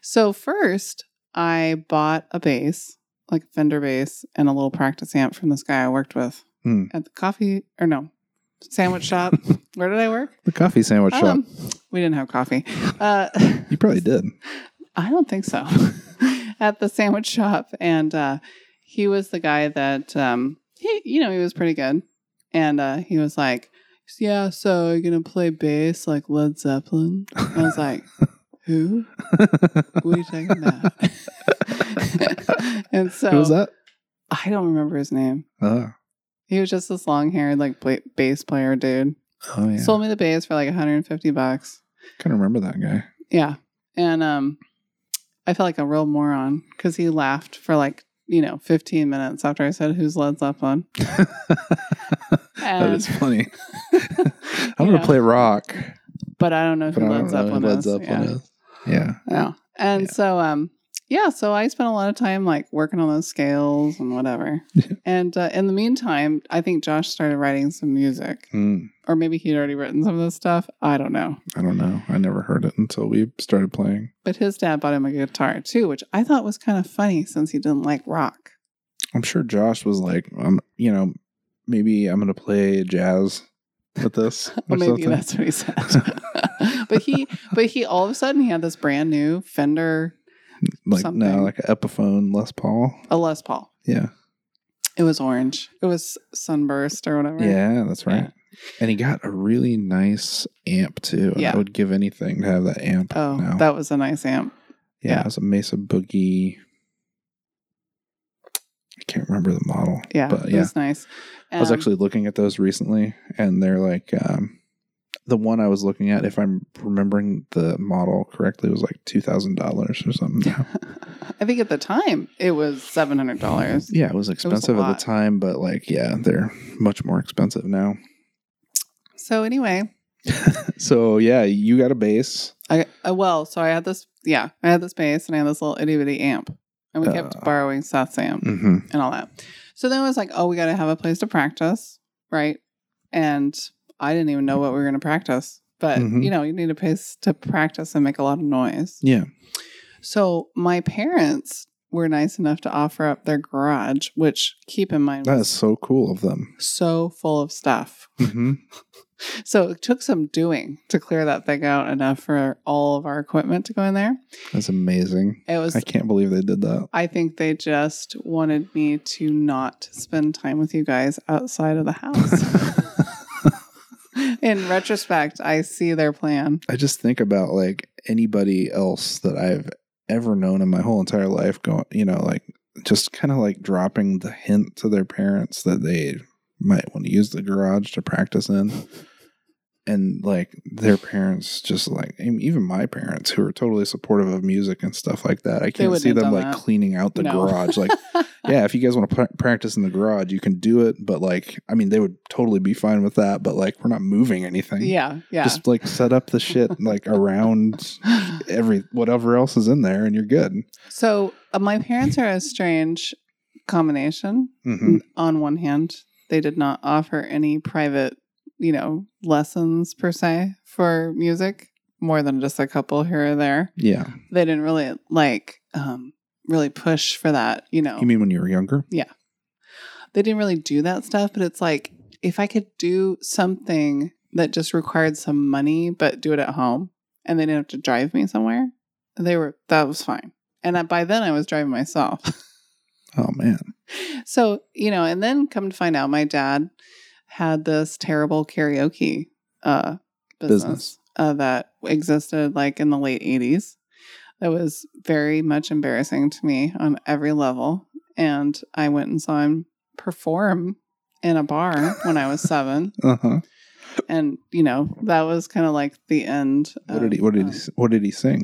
Speaker 2: So first, I bought a bass, like a Fender bass and a little practice amp from this guy I worked with
Speaker 1: Hmm.
Speaker 2: at the coffee or no, sandwich shop. Where did I work?
Speaker 1: The coffee sandwich shop.
Speaker 2: Um, we didn't have coffee. Uh,
Speaker 1: You probably did.
Speaker 2: I don't think so. At the sandwich shop, and uh, he was the guy that um, he, you know, he was pretty good, and uh, he was like, "Yeah, so you're gonna play bass like Led Zeppelin?" I was like, "Who? What are you talking about?" and so
Speaker 1: Who was that?
Speaker 2: I don't remember his name.
Speaker 1: Oh,
Speaker 2: He was just this long-haired like bla- bass player dude.
Speaker 1: oh yeah.
Speaker 2: Sold me the bass for like 150 bucks.
Speaker 1: kind of remember that guy.
Speaker 2: Yeah. And um I felt like a real moron because he laughed for like, you know, 15 minutes after I said who's Led Zeppelin.
Speaker 1: that
Speaker 2: And,
Speaker 1: is funny. I'm gonna
Speaker 2: Um, Yeah.
Speaker 1: play rock,
Speaker 2: but I don't know
Speaker 1: but
Speaker 2: who
Speaker 1: I
Speaker 2: Led
Speaker 1: don't know
Speaker 2: Zeppelin
Speaker 1: who Led
Speaker 2: is.
Speaker 1: Zeppelin
Speaker 2: yeah. Uh,
Speaker 1: is. Yeah.
Speaker 2: Yeah. And
Speaker 1: Yeah.
Speaker 2: so um yeah, so I spent a lot of time like working on those scales and whatever. and uh, in the meantime, I think Josh started writing some music
Speaker 1: Mm,
Speaker 2: or maybe he'd already written some of this stuff. I don't know.
Speaker 1: I don't know. I never heard it until we started playing.
Speaker 2: But his dad bought him a guitar too, which I thought was kind of funny since he didn't like rock.
Speaker 1: I'm sure Josh was like, um, you know, maybe I'm gonna play jazz with this or
Speaker 2: Well, maybe
Speaker 1: something.
Speaker 2: that's what he said. but he, but he, all of a sudden, he had this brand new Fender,
Speaker 1: like
Speaker 2: something.
Speaker 1: no, like an Epiphone Les Paul.
Speaker 2: a Les Paul.
Speaker 1: Yeah.
Speaker 2: It was orange. It was sunburst or whatever.
Speaker 1: Yeah, that's
Speaker 2: Yeah.
Speaker 1: right. And he got a really nice amp too. And
Speaker 2: Yeah.
Speaker 1: I would give anything to have that amp.
Speaker 2: Oh,
Speaker 1: now.
Speaker 2: that was a nice amp.
Speaker 1: yeah,
Speaker 2: yeah.
Speaker 1: it was a Mesa Boogie. I can't remember the model.
Speaker 2: Yeah,
Speaker 1: but
Speaker 2: it
Speaker 1: yeah,
Speaker 2: was nice.
Speaker 1: I was
Speaker 2: Um,
Speaker 1: actually looking at those recently, and they're like um, the one I was looking at. If I'm remembering the model correctly, was like two thousand dollars or something. now.
Speaker 2: I think at the time it was seven hundred dollars.
Speaker 1: yeah, it was expensive at
Speaker 2: lot.
Speaker 1: the time, but like, yeah, they're much more expensive now.
Speaker 2: So anyway,
Speaker 1: So yeah, you got a bass.
Speaker 2: I, I well, so I had this. Yeah, I had this bass and I had this little itty bitty amp, and we kept
Speaker 1: Uh.
Speaker 2: borrowing Seth's amp.
Speaker 1: Mm-hmm.
Speaker 2: and all that. So then I was like, oh, we got to have a place to practice, right? And I didn't even know what we were going to practice, but
Speaker 1: Mhm.
Speaker 2: you know, you need a place to practice and make a lot of noise.
Speaker 1: Yeah.
Speaker 2: So my parents were nice enough to offer up their garage, which keep in mind
Speaker 1: That
Speaker 2: was
Speaker 1: is so cool of them.
Speaker 2: so full of stuff.
Speaker 1: Mm-hmm.
Speaker 2: So it took some doing to clear that thing out enough for all of our equipment to go in there.
Speaker 1: That's amazing.
Speaker 2: It was
Speaker 1: I can't believe they did that.
Speaker 2: I think they just wanted me to not spend time with you guys outside of the house. In retrospect, I see their plan.
Speaker 1: I just think about like anybody else that I've ever known in my whole entire life going, you know, like just kind of like dropping the hint to their parents that they might want to use the garage to practice in. And like their parents, just like and even my parents, who are totally supportive of music and stuff like that. I can't
Speaker 2: wouldn't
Speaker 1: see
Speaker 2: have
Speaker 1: them
Speaker 2: done
Speaker 1: like
Speaker 2: that.
Speaker 1: cleaning out the
Speaker 2: No.
Speaker 1: garage. Like, yeah, if you guys want to pr- practice in the garage, you can do it. But like, I mean, they would totally be fine with that. But like, we're not moving anything.
Speaker 2: yeah, yeah.
Speaker 1: Just like set up the shit like around every whatever else is in there, and you're good.
Speaker 2: so uh, my parents are a strange combination.
Speaker 1: hmm
Speaker 2: On one hand, they did not offer any private, you know, lessons per se for music, more than just a couple here or there.
Speaker 1: Yeah.
Speaker 2: They didn't really like um, really push for that, you know.
Speaker 1: You mean when you were younger?
Speaker 2: they didn't really do that stuff, but it's like if I could do something that just required some money, but do it at home and they didn't have to drive me somewhere, they were that was fine. And I, by then I was driving myself.
Speaker 1: Oh man.
Speaker 2: so, you know, and then come to find out my dad had this terrible karaoke uh business,
Speaker 1: Business.
Speaker 2: Uh, that existed like in the late 80s. That was very much embarrassing to me on every level. And I went and saw him perform in a bar when I was seven.
Speaker 1: Uh huh.
Speaker 2: And, you know, that was kind of like the end.
Speaker 1: What
Speaker 2: of,
Speaker 1: did he? What did
Speaker 2: um,
Speaker 1: he? s- What did he sing?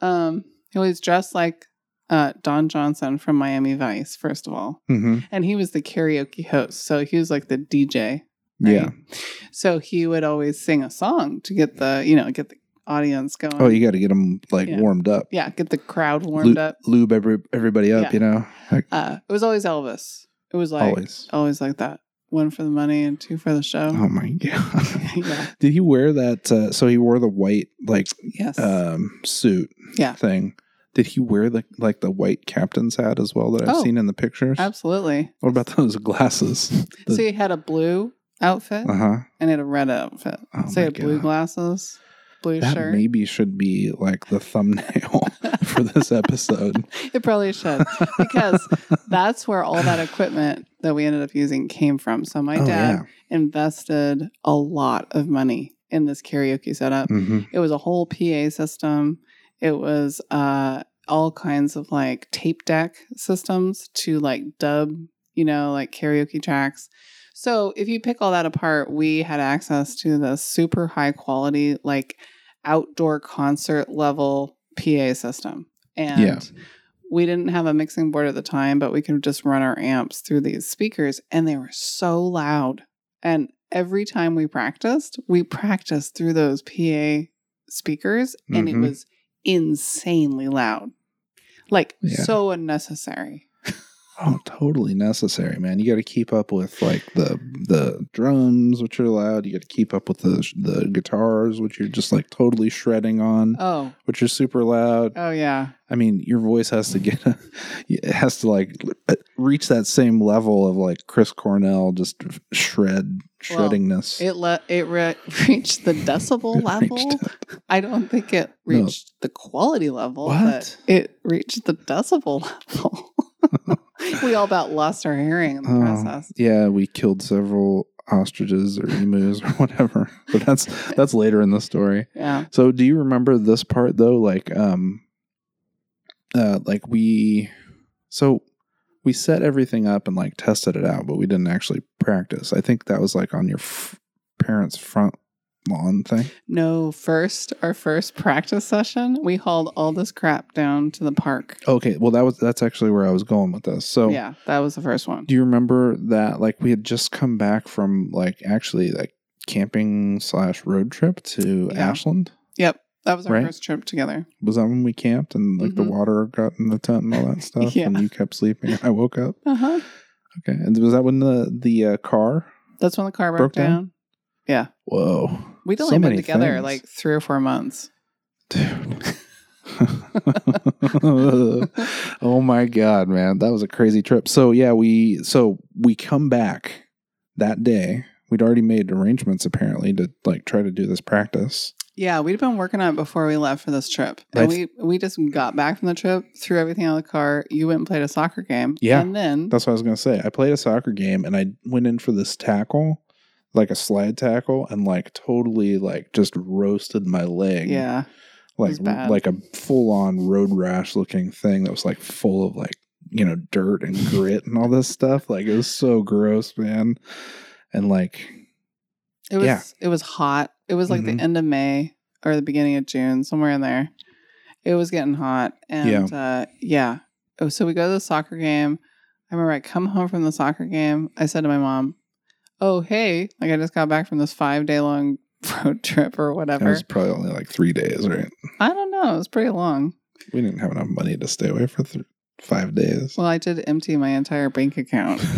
Speaker 2: Um, he was dressed like uh, Don Johnson from Miami Vice, first of all.
Speaker 1: Mm-hmm.
Speaker 2: And he was the karaoke host. So he was like the DJ. right?
Speaker 1: Yeah.
Speaker 2: So he would always sing a song to get the, you know, get the audience going.
Speaker 1: Oh, you got to get them like
Speaker 2: Yeah.
Speaker 1: warmed up.
Speaker 2: yeah, get the crowd warmed
Speaker 1: Lu-
Speaker 2: up.
Speaker 1: Lube every, everybody up.
Speaker 2: Yeah.
Speaker 1: You know. Like,
Speaker 2: Uh, it was always Elvis. It was like always.
Speaker 1: always.
Speaker 2: like that. One for the money and two for the show.
Speaker 1: Oh my god.
Speaker 2: yeah.
Speaker 1: Did he wear that? Uh, so he wore the white like
Speaker 2: Yes.
Speaker 1: um suit
Speaker 2: Yeah.
Speaker 1: thing. Did he wear the like the white captain's hat as well that I've
Speaker 2: Oh.
Speaker 1: seen in the pictures?
Speaker 2: Absolutely.
Speaker 1: What about those glasses? The-
Speaker 2: so he had a blue outfit.
Speaker 1: Uh huh.
Speaker 2: I need a red outfit.
Speaker 1: Oh
Speaker 2: so you
Speaker 1: my
Speaker 2: had blue
Speaker 1: God.
Speaker 2: glasses, blue
Speaker 1: That
Speaker 2: shirt.
Speaker 1: maybe should be like the thumbnail for this episode.
Speaker 2: It probably should because that's where all that equipment that we ended up using came from. So my
Speaker 1: Oh,
Speaker 2: dad
Speaker 1: yeah.
Speaker 2: invested a lot of money in this karaoke setup.
Speaker 1: Mhm.
Speaker 2: It was a whole PA system. It was uh, all kinds of like tape deck systems to like dub, you know, like karaoke tracks. So if you pick all that apart, we had access to the super high quality, like outdoor concert level PA system. And
Speaker 1: Yeah.
Speaker 2: we didn't have a mixing board at the time, but we could just run our amps through these speakers and they were so loud. And every time we practiced, we practiced through those PA speakers and
Speaker 1: Mhm.
Speaker 2: it was insanely loud. Like
Speaker 1: Yeah.
Speaker 2: so unnecessary.
Speaker 1: Oh, totally necessary, man. You got to keep up with like the the drums, which are loud. You got to keep up with the the guitars, which you're just like totally shredding on,
Speaker 2: Oh,
Speaker 1: which are super loud.
Speaker 2: oh yeah.
Speaker 1: I mean, your voice has to get it has to like uh, reach that same level of like Chris Cornell, just shred
Speaker 2: Well,
Speaker 1: shreddingness.
Speaker 2: It le- it re- reached the decibel
Speaker 1: It
Speaker 2: level.
Speaker 1: reached
Speaker 2: I don't think it
Speaker 1: No.
Speaker 2: reached the quality level,
Speaker 1: What?
Speaker 2: but it reached the decibel level. we all about lost our hearing in the
Speaker 1: Oh.
Speaker 2: process.
Speaker 1: yeah, we killed several ostriches or emus or whatever, but that's that's later in the story.
Speaker 2: Yeah.
Speaker 1: So do you remember this part though? Like um uh like we so we set everything up and like tested it out, but we didn't actually practice. I think that was like on your f- parents' front lawn thing.
Speaker 2: No, first our first practice session, we hauled all this crap down to the park.
Speaker 1: Okay, well that was that's actually where I was going with this. So
Speaker 2: Yeah, that was the first one.
Speaker 1: do you remember that like we had just come back from like actually like camping slash road trip to
Speaker 2: Yeah.
Speaker 1: Ashland?
Speaker 2: Yep. That was our
Speaker 1: Right?
Speaker 2: first trip together.
Speaker 1: Was that when we camped and like the
Speaker 2: Mhm.
Speaker 1: water got in the tent and all that stuff?
Speaker 2: Yeah.
Speaker 1: And you kept sleeping. and I woke up.
Speaker 2: Uh-huh.
Speaker 1: Okay. And was that when the the uh, car?
Speaker 2: That's when the car
Speaker 1: Broke
Speaker 2: broke,
Speaker 1: down?
Speaker 2: down. Yeah.
Speaker 1: Whoa.
Speaker 2: We'd
Speaker 1: So
Speaker 2: only been
Speaker 1: many
Speaker 2: together
Speaker 1: things.
Speaker 2: like three or four months.
Speaker 1: Dude. oh my god, man. That was a crazy trip. So yeah, we so we come back that day. We'd already made arrangements apparently to like try to do this practice.
Speaker 2: Yeah, we'd been working on it before we left for this trip.
Speaker 1: But
Speaker 2: And we we just got back from the trip, threw everything out of the car. You went and played a soccer game.
Speaker 1: Yeah.
Speaker 2: And then
Speaker 1: That's what I was gonna say. I played a soccer game and I went in for this tackle, like a slide tackle, and like totally like just roasted my leg.
Speaker 2: Yeah.
Speaker 1: like
Speaker 2: was bad.
Speaker 1: like a full on road rash looking thing that was like full of like you know dirt and grit and all this stuff. Like it was so gross, man. And like
Speaker 2: It was
Speaker 1: Yeah.
Speaker 2: it was hot. It was like
Speaker 1: Mhm.
Speaker 2: the end of May or the beginning of June, somewhere in there. It was getting hot. And yeah. uh yeah. Oh, so we go to the soccer game. I remember I come home from the soccer game. I said to my mom, Oh hey, like I just got back from this five day long road trip or
Speaker 1: that
Speaker 2: whatever.
Speaker 1: was probably only like three days, right?
Speaker 2: I don't know, it was pretty long.
Speaker 1: We didn't have enough money to stay away for th- five days.
Speaker 2: Well, I did empty my entire bank account.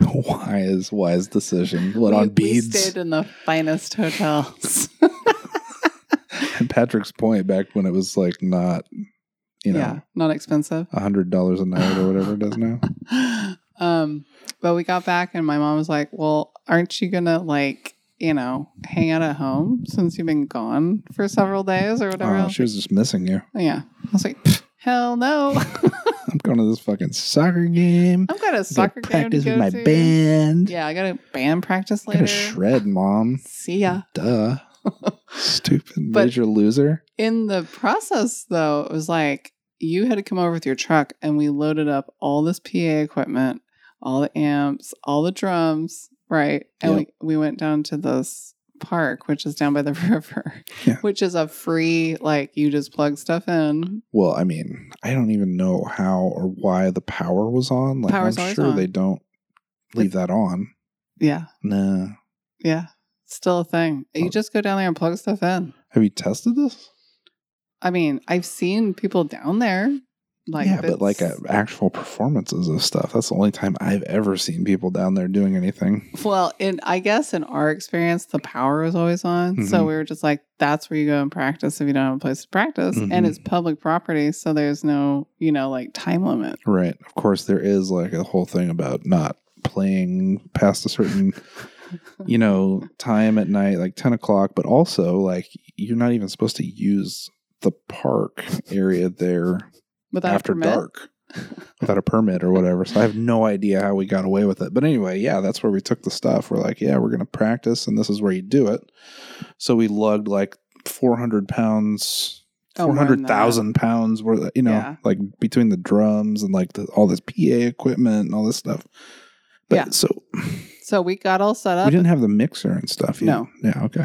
Speaker 1: wise, wise decision. What
Speaker 2: we,
Speaker 1: on
Speaker 2: we
Speaker 1: beads?
Speaker 2: stayed in the finest hotels.
Speaker 1: And Patrick's point back when it was like not, you
Speaker 2: yeah,
Speaker 1: know,
Speaker 2: not expensive.
Speaker 1: a hundred dollars a night or whatever it is now.
Speaker 2: um, but we got back and my mom was like, "Well, aren't you gonna like, you know, hang out at home since you've been gone for several days or whatever?" I
Speaker 1: Oh,
Speaker 2: was
Speaker 1: she was just missing you.
Speaker 2: like, yeah, I was like, "Pfft, "Hell no!
Speaker 1: I'm going to this fucking soccer game.
Speaker 2: I've got a
Speaker 1: I gotta
Speaker 2: soccer game to
Speaker 1: practice
Speaker 2: go
Speaker 1: with my
Speaker 2: to.
Speaker 1: band.
Speaker 2: Yeah, I got a band practice
Speaker 1: I'm gonna
Speaker 2: later.
Speaker 1: shred, mom.
Speaker 2: See ya."
Speaker 1: Duh. Stupid
Speaker 2: But-
Speaker 1: major loser.
Speaker 2: In the process, though, it was like you had to come over with your truck and we loaded up all this PA equipment, all the amps, all the drums, right? And
Speaker 1: Yep.
Speaker 2: we, we went down to this park, which is down by the river,
Speaker 1: Yeah.
Speaker 2: which is a free, like, you just plug stuff in.
Speaker 1: Well, I mean, I don't even know how or why the power was on. Like,
Speaker 2: Power's
Speaker 1: I'm
Speaker 2: always
Speaker 1: sure
Speaker 2: on.
Speaker 1: they don't leave that on.
Speaker 2: Yeah.
Speaker 1: Nah.
Speaker 2: Yeah. Still a thing. You just go down there and plug stuff in.
Speaker 1: Have you tested this?
Speaker 2: I mean, I've seen people down there. Like,
Speaker 1: yeah, but like uh
Speaker 2: that's-
Speaker 1: actual performances of stuff. That's the only time I've ever seen people down there doing anything.
Speaker 2: Well, in I guess in our experience, the power was always on, so
Speaker 1: Mhm.
Speaker 2: we were just like, "That's where you go and practice if you don't have a place to practice." And
Speaker 1: Mhm.
Speaker 2: it's public property, so there's no, you know, like time limit.
Speaker 1: Right. Of course, there is like a whole thing about not playing past a certain you know, time at night, like 10 o'clock, but also like you're not even supposed to use the park area there
Speaker 2: Without
Speaker 1: after
Speaker 2: permit?
Speaker 1: dark without a permit or whatever. So I have no idea how we got away with it. But anyway, yeah, that's where we took the stuff. We're like, yeah, we're going to practice and this is where you do it. So we lugged like 400 pounds,
Speaker 2: Oh, more than that.
Speaker 1: 400,000 pounds worth, you know,
Speaker 2: Yeah.
Speaker 1: like between the drums and like the, all this PA equipment and all this stuff. But
Speaker 2: Yeah.
Speaker 1: so
Speaker 2: So we got all set
Speaker 1: we
Speaker 2: up.
Speaker 1: didn't have the mixer and stuff. yet.
Speaker 2: No.
Speaker 1: Yeah. Okay.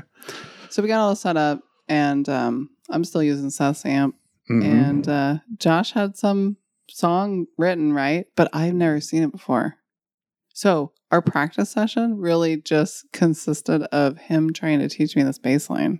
Speaker 2: so we got all set up, and um, I'm still using Seth's amp.
Speaker 1: Mhm.
Speaker 2: And uh, Josh had some song written, right? But I've never seen it before. So our practice session really just consisted of him trying to teach me this bass line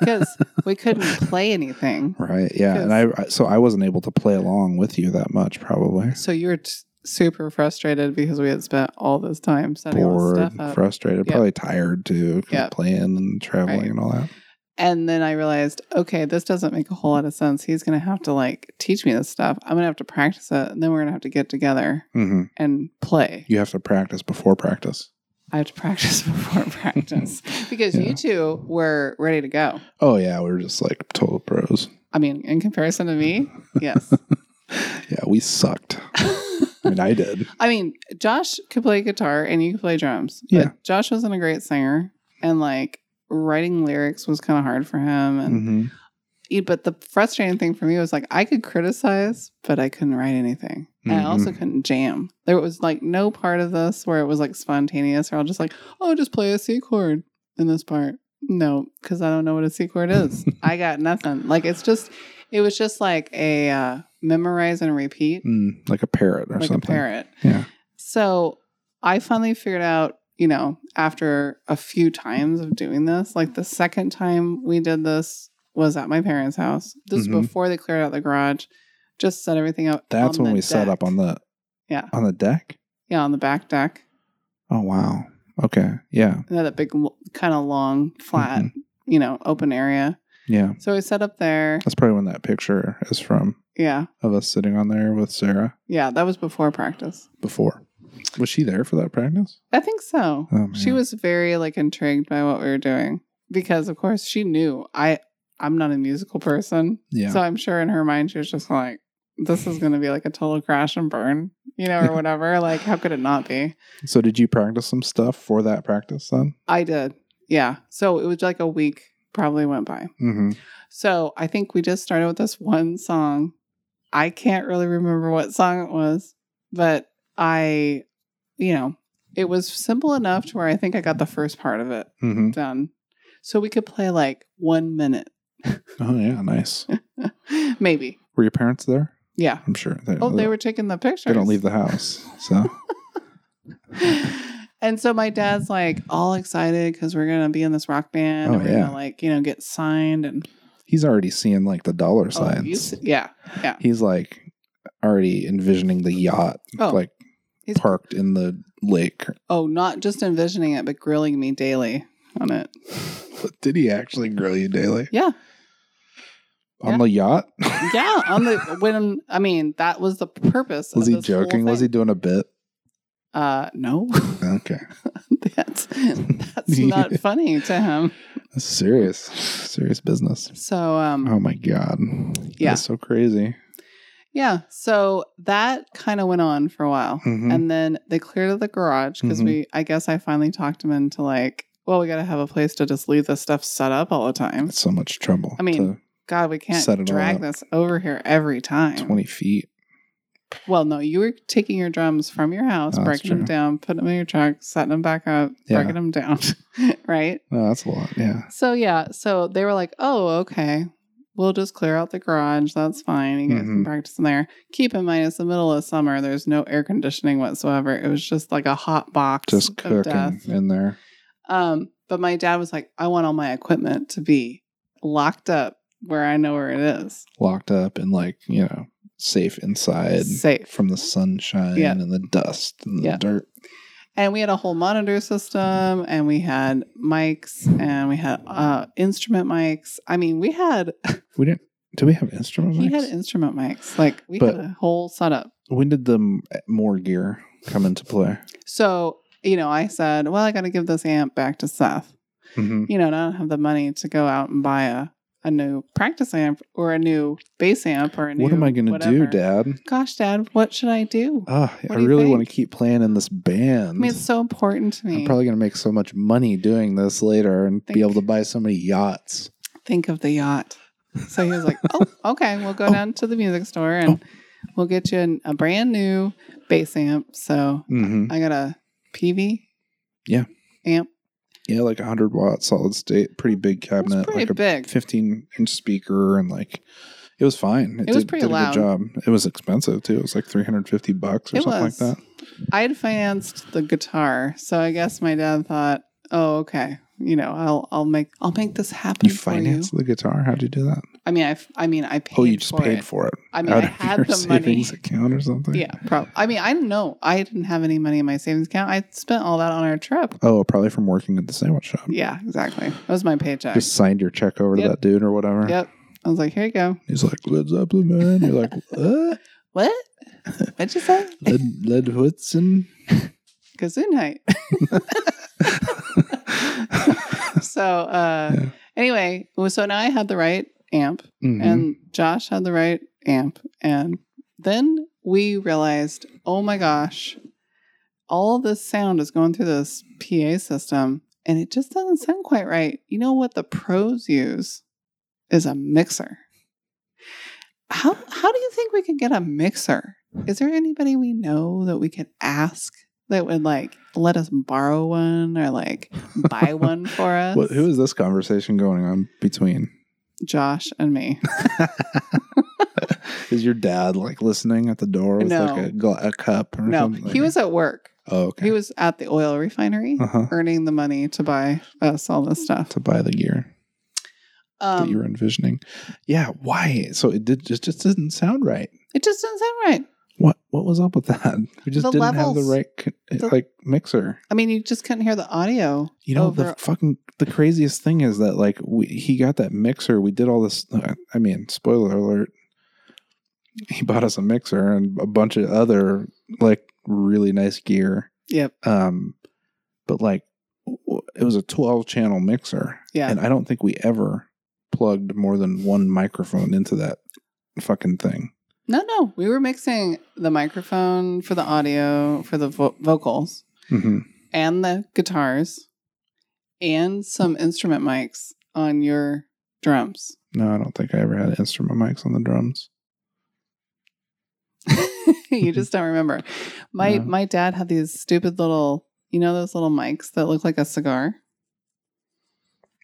Speaker 2: because we couldn't play anything.
Speaker 1: right. Yeah. And I, I- so I wasn't able to play along with you that much probably.
Speaker 2: So you were t- super frustrated because we had spent all this time setting all this
Speaker 1: bored,
Speaker 2: stuff up.
Speaker 1: frustrated,
Speaker 2: Yep.
Speaker 1: probably tired too, 'cause
Speaker 2: Yep.
Speaker 1: playing and traveling
Speaker 2: Right.
Speaker 1: and all that.
Speaker 2: and then I realized, okay, this doesn't make a whole lot of sense. He's going to have to like teach me this stuff. I'm going to have to practice it. And then we're going to have to get together
Speaker 1: hmm
Speaker 2: and play.
Speaker 1: You have to practice before practice.
Speaker 2: I have to practice before practice because
Speaker 1: Yeah.
Speaker 2: you two were ready to go.
Speaker 1: Oh yeah, we were just like total pros.
Speaker 2: I mean, in comparison to me, yes.
Speaker 1: Yeah, we sucked. I mean, I did.
Speaker 2: I mean, Josh could play guitar and you could play drums. but
Speaker 1: Yeah.
Speaker 2: Josh wasn't a great singer and like writing lyrics was kind of hard for him. And
Speaker 1: Mhm.
Speaker 2: yeah, E, but the frustrating thing for me was like I could criticize, but I couldn't write anything. And I also couldn't jam. There was like no part of this where it was like spontaneous or I'll just like, oh, just play a C chord in this part. No, because I don't know what a C chord is. I got nothing. Like it's just it was just like a uh, memorize and repeat
Speaker 1: Mm, like a parrot or
Speaker 2: like
Speaker 1: something.
Speaker 2: a parrot.
Speaker 1: Yeah.
Speaker 2: So I finally figured out, you know, after a few times of doing this, like the second time we did this was at my parents' house. This
Speaker 1: Mhm.
Speaker 2: was before they cleared out the garage, just set everything up.
Speaker 1: That's
Speaker 2: on
Speaker 1: when
Speaker 2: the
Speaker 1: we set up
Speaker 2: deck.
Speaker 1: on the
Speaker 2: Yeah.
Speaker 1: on the deck.
Speaker 2: Yeah, on the back deck.
Speaker 1: Oh wow. Okay. Yeah.
Speaker 2: They had that big, kind of long, flat,
Speaker 1: Mm-hmm.
Speaker 2: you know, open area.
Speaker 1: Yeah.
Speaker 2: So we set up there.
Speaker 1: That's probably when that picture is from
Speaker 2: Yeah.
Speaker 1: of us sitting on there with Sarah
Speaker 2: Yeah. That was before practice.
Speaker 1: before. Was she there for that practice?
Speaker 2: I think so.
Speaker 1: Oh,
Speaker 2: she was very like intrigued by what we were doing because of course she knew i i'm not a musical person
Speaker 1: Yeah.
Speaker 2: so i'm sure in her mind she was just like this is going to be like a total crash and burn you know or whatever like how could it not be
Speaker 1: so did you practice some stuff for that practice then?
Speaker 2: i did yeah so it was like a week probably went by
Speaker 1: Mm-hmm.
Speaker 2: so i think we just started with this one song i can't really remember what song it was but i you know it was simple enough to where i think i got the first part of it
Speaker 1: Mm-hmm.
Speaker 2: done. So we could play like one minute,
Speaker 1: Oh yeah, nice.
Speaker 2: maybe.
Speaker 1: Were your parents there?
Speaker 2: Yeah.
Speaker 1: I'm sure. They,
Speaker 2: Oh, they were taking the pictures.
Speaker 1: They don't leave the house, so
Speaker 2: and so my dad's like all excited because we're gonna be in this rock band.
Speaker 1: Oh,
Speaker 2: and we're
Speaker 1: yeah.
Speaker 2: gonna like you know get signed and
Speaker 1: he's already seeing like the dollar
Speaker 2: oh, you
Speaker 1: signs.
Speaker 2: s- yeah.
Speaker 1: he's like already envisioning the yacht,
Speaker 2: Oh,
Speaker 1: like
Speaker 2: he's-
Speaker 1: parked in the lake.
Speaker 2: Oh, not just envisioning it, but grilling me daily on it.
Speaker 1: Did he actually grill you daily
Speaker 2: Yeah,
Speaker 1: on
Speaker 2: Yeah.
Speaker 1: the yacht?
Speaker 2: yeah. On the when I mean that was the purpose.
Speaker 1: Was
Speaker 2: of
Speaker 1: he
Speaker 2: this whole
Speaker 1: joking? Was he
Speaker 2: thing.
Speaker 1: doing a bit?
Speaker 2: Uh, no,
Speaker 1: Okay,
Speaker 2: that's that's not funny to him.
Speaker 1: That's serious, serious business.
Speaker 2: So um,
Speaker 1: Oh my god,
Speaker 2: Yeah.
Speaker 1: That's so crazy.
Speaker 2: Yeah. So that kind of went on for a while.
Speaker 1: Mhm.
Speaker 2: And then they cleared out the garage because
Speaker 1: Mhm.
Speaker 2: we, I guess I finally talked him into like, well, we got to have a place to just leave this stuff set up all the time.
Speaker 1: That's so much trouble.
Speaker 2: I mean, God, we can't
Speaker 1: Set it all
Speaker 2: drag
Speaker 1: up.
Speaker 2: this over here every time.
Speaker 1: to twenty feet.
Speaker 2: Well, no, you were taking your drums from your house,
Speaker 1: Oh, that's
Speaker 2: breaking them
Speaker 1: true.
Speaker 2: down, putting them in your truck, setting them back up,
Speaker 1: Yeah.
Speaker 2: breaking them down. right.
Speaker 1: No, that's a lot. Yeah.
Speaker 2: So, yeah. So they were like, oh, okay. We'll just clear out the garage. That's fine. You guys
Speaker 1: Mhm.
Speaker 2: can practice in there. Keep in mind, it's the middle of summer. There's no air conditioning whatsoever. It was just like a hot box
Speaker 1: just
Speaker 2: of
Speaker 1: cooking
Speaker 2: death.
Speaker 1: in there.
Speaker 2: Um, but my dad was like, I want all my equipment to be locked up where I know where it is.
Speaker 1: locked up and like you know safe inside
Speaker 2: Safe.
Speaker 1: from the sunshine
Speaker 2: Yeah.
Speaker 1: and the dust and
Speaker 2: Yeah.
Speaker 1: the dirt
Speaker 2: And we had a whole monitor system and we had mics and we had uh, instrument mics. I mean, we had,
Speaker 1: we didn't do we have instrument
Speaker 2: he
Speaker 1: mics?
Speaker 2: had instrument mics. Like we
Speaker 1: But-
Speaker 2: had a whole setup.
Speaker 1: eh, when did the m- more gear come into play
Speaker 2: So you know, I said, well, I got to give this amp back to Seth.
Speaker 1: hmm
Speaker 2: You know, and I don't have the money to go out and buy a, a new practice amp or a new bass amp or a new.
Speaker 1: What am I going to do,
Speaker 2: whatever.
Speaker 1: Dad?
Speaker 2: Gosh, Dad, what should I do?
Speaker 1: Ah, I
Speaker 2: What do you
Speaker 1: really want to
Speaker 2: think?
Speaker 1: keep playing in this band.
Speaker 2: I mean, it's so important to me.
Speaker 1: I'm probably going to make so much money doing this later and be
Speaker 2: Think.
Speaker 1: able to buy so many yachts.
Speaker 2: Think of the yacht. So he was like, "Oh, okay, we'll go
Speaker 1: Oh.
Speaker 2: down to the music store and we'll get you an, a brand new bass amp." So
Speaker 1: Mm-hmm.
Speaker 2: I got a PV.
Speaker 1: Yeah.
Speaker 2: Amp.
Speaker 1: Yeah, like 100 watt solid state, pretty big
Speaker 2: It's
Speaker 1: cabinet,
Speaker 2: pretty
Speaker 1: like a
Speaker 2: big.
Speaker 1: 15 inch speaker, and like it was fine.
Speaker 2: It was pretty loud.
Speaker 1: job. It was expensive too. It was like 350 bucks or
Speaker 2: It
Speaker 1: something
Speaker 2: was.
Speaker 1: like that.
Speaker 2: I had financed the guitar, so I guess my dad thought, "Oh, okay, you know, I'll I'll make I'll make this happen
Speaker 1: You
Speaker 2: for
Speaker 1: financed the guitar? How'd you do that?
Speaker 2: you." I mean, I f- I mean, I paid.
Speaker 1: oh, you just
Speaker 2: for
Speaker 1: paid
Speaker 2: it.
Speaker 1: for it.
Speaker 2: I mean, I had the money.
Speaker 1: savings account or something.
Speaker 2: Yeah, probably. I mean, I didn't know. I didn't have any money in my savings account. I spent all that on our trip.
Speaker 1: Oh, probably from working at the sandwich shop.
Speaker 2: Yeah, exactly. That was my paycheck.
Speaker 1: Just signed your check over to
Speaker 2: Yep.
Speaker 1: that dude or whatever.
Speaker 2: yep. I was like, here you go.
Speaker 1: He's like Led Zeppelin, man. You're like what?
Speaker 2: What? What'd you say?
Speaker 1: Led Led Whitson.
Speaker 2: Gesundheit. so uh,
Speaker 1: Yeah.
Speaker 2: anyway, well, so now I had the right amp,
Speaker 1: Mm-hmm.
Speaker 2: and Josh had the right amp, and then we realized, oh my gosh, all this sound is going through this PA system, and it just doesn't sound quite right. You know what the pros use is a mixer. How how do you think we could get a mixer? Is there anybody we know that we could ask that would like let us borrow one or like buy one for us?
Speaker 1: What, who is this conversation going on between?
Speaker 2: Josh and me.
Speaker 1: is your dad like listening at the door with
Speaker 2: No.
Speaker 1: like a, gla- a cup or
Speaker 2: No,
Speaker 1: something?
Speaker 2: he was at work.
Speaker 1: Oh, okay.
Speaker 2: He was at the oil refinery
Speaker 1: uh huh.
Speaker 2: earning the money to buy us all this stuff.
Speaker 1: To buy the gear that you were
Speaker 2: Um,
Speaker 1: envisioning. Yeah. Why? So it did just just didn't sound right.
Speaker 2: it just doesn't sound right.
Speaker 1: What what was up with that? We just
Speaker 2: The
Speaker 1: didn't have
Speaker 2: levels.
Speaker 1: the right co-
Speaker 2: The-
Speaker 1: like mixer.
Speaker 2: I mean, you just couldn't hear the audio.
Speaker 1: You know the
Speaker 2: over-
Speaker 1: fucking the craziest thing is that like we, he got that mixer. We did all this. uh, I mean, spoiler alert. He bought us a mixer and a bunch of other like really nice gear.
Speaker 2: Yep.
Speaker 1: Um, but like w- it was a twelve channel mixer,
Speaker 2: Yeah.
Speaker 1: and I don't think we ever plugged more than one microphone into that fucking thing.
Speaker 2: No, no. We were mixing the microphone for the audio, for the vo- vocals,
Speaker 1: hmm
Speaker 2: and the guitars, and some instrument mics on your drums.
Speaker 1: No, I don't think I ever had instrument mics on the drums.
Speaker 2: you just don't remember. My
Speaker 1: No.
Speaker 2: my dad had these stupid little, you know, those little mics that look like a cigar.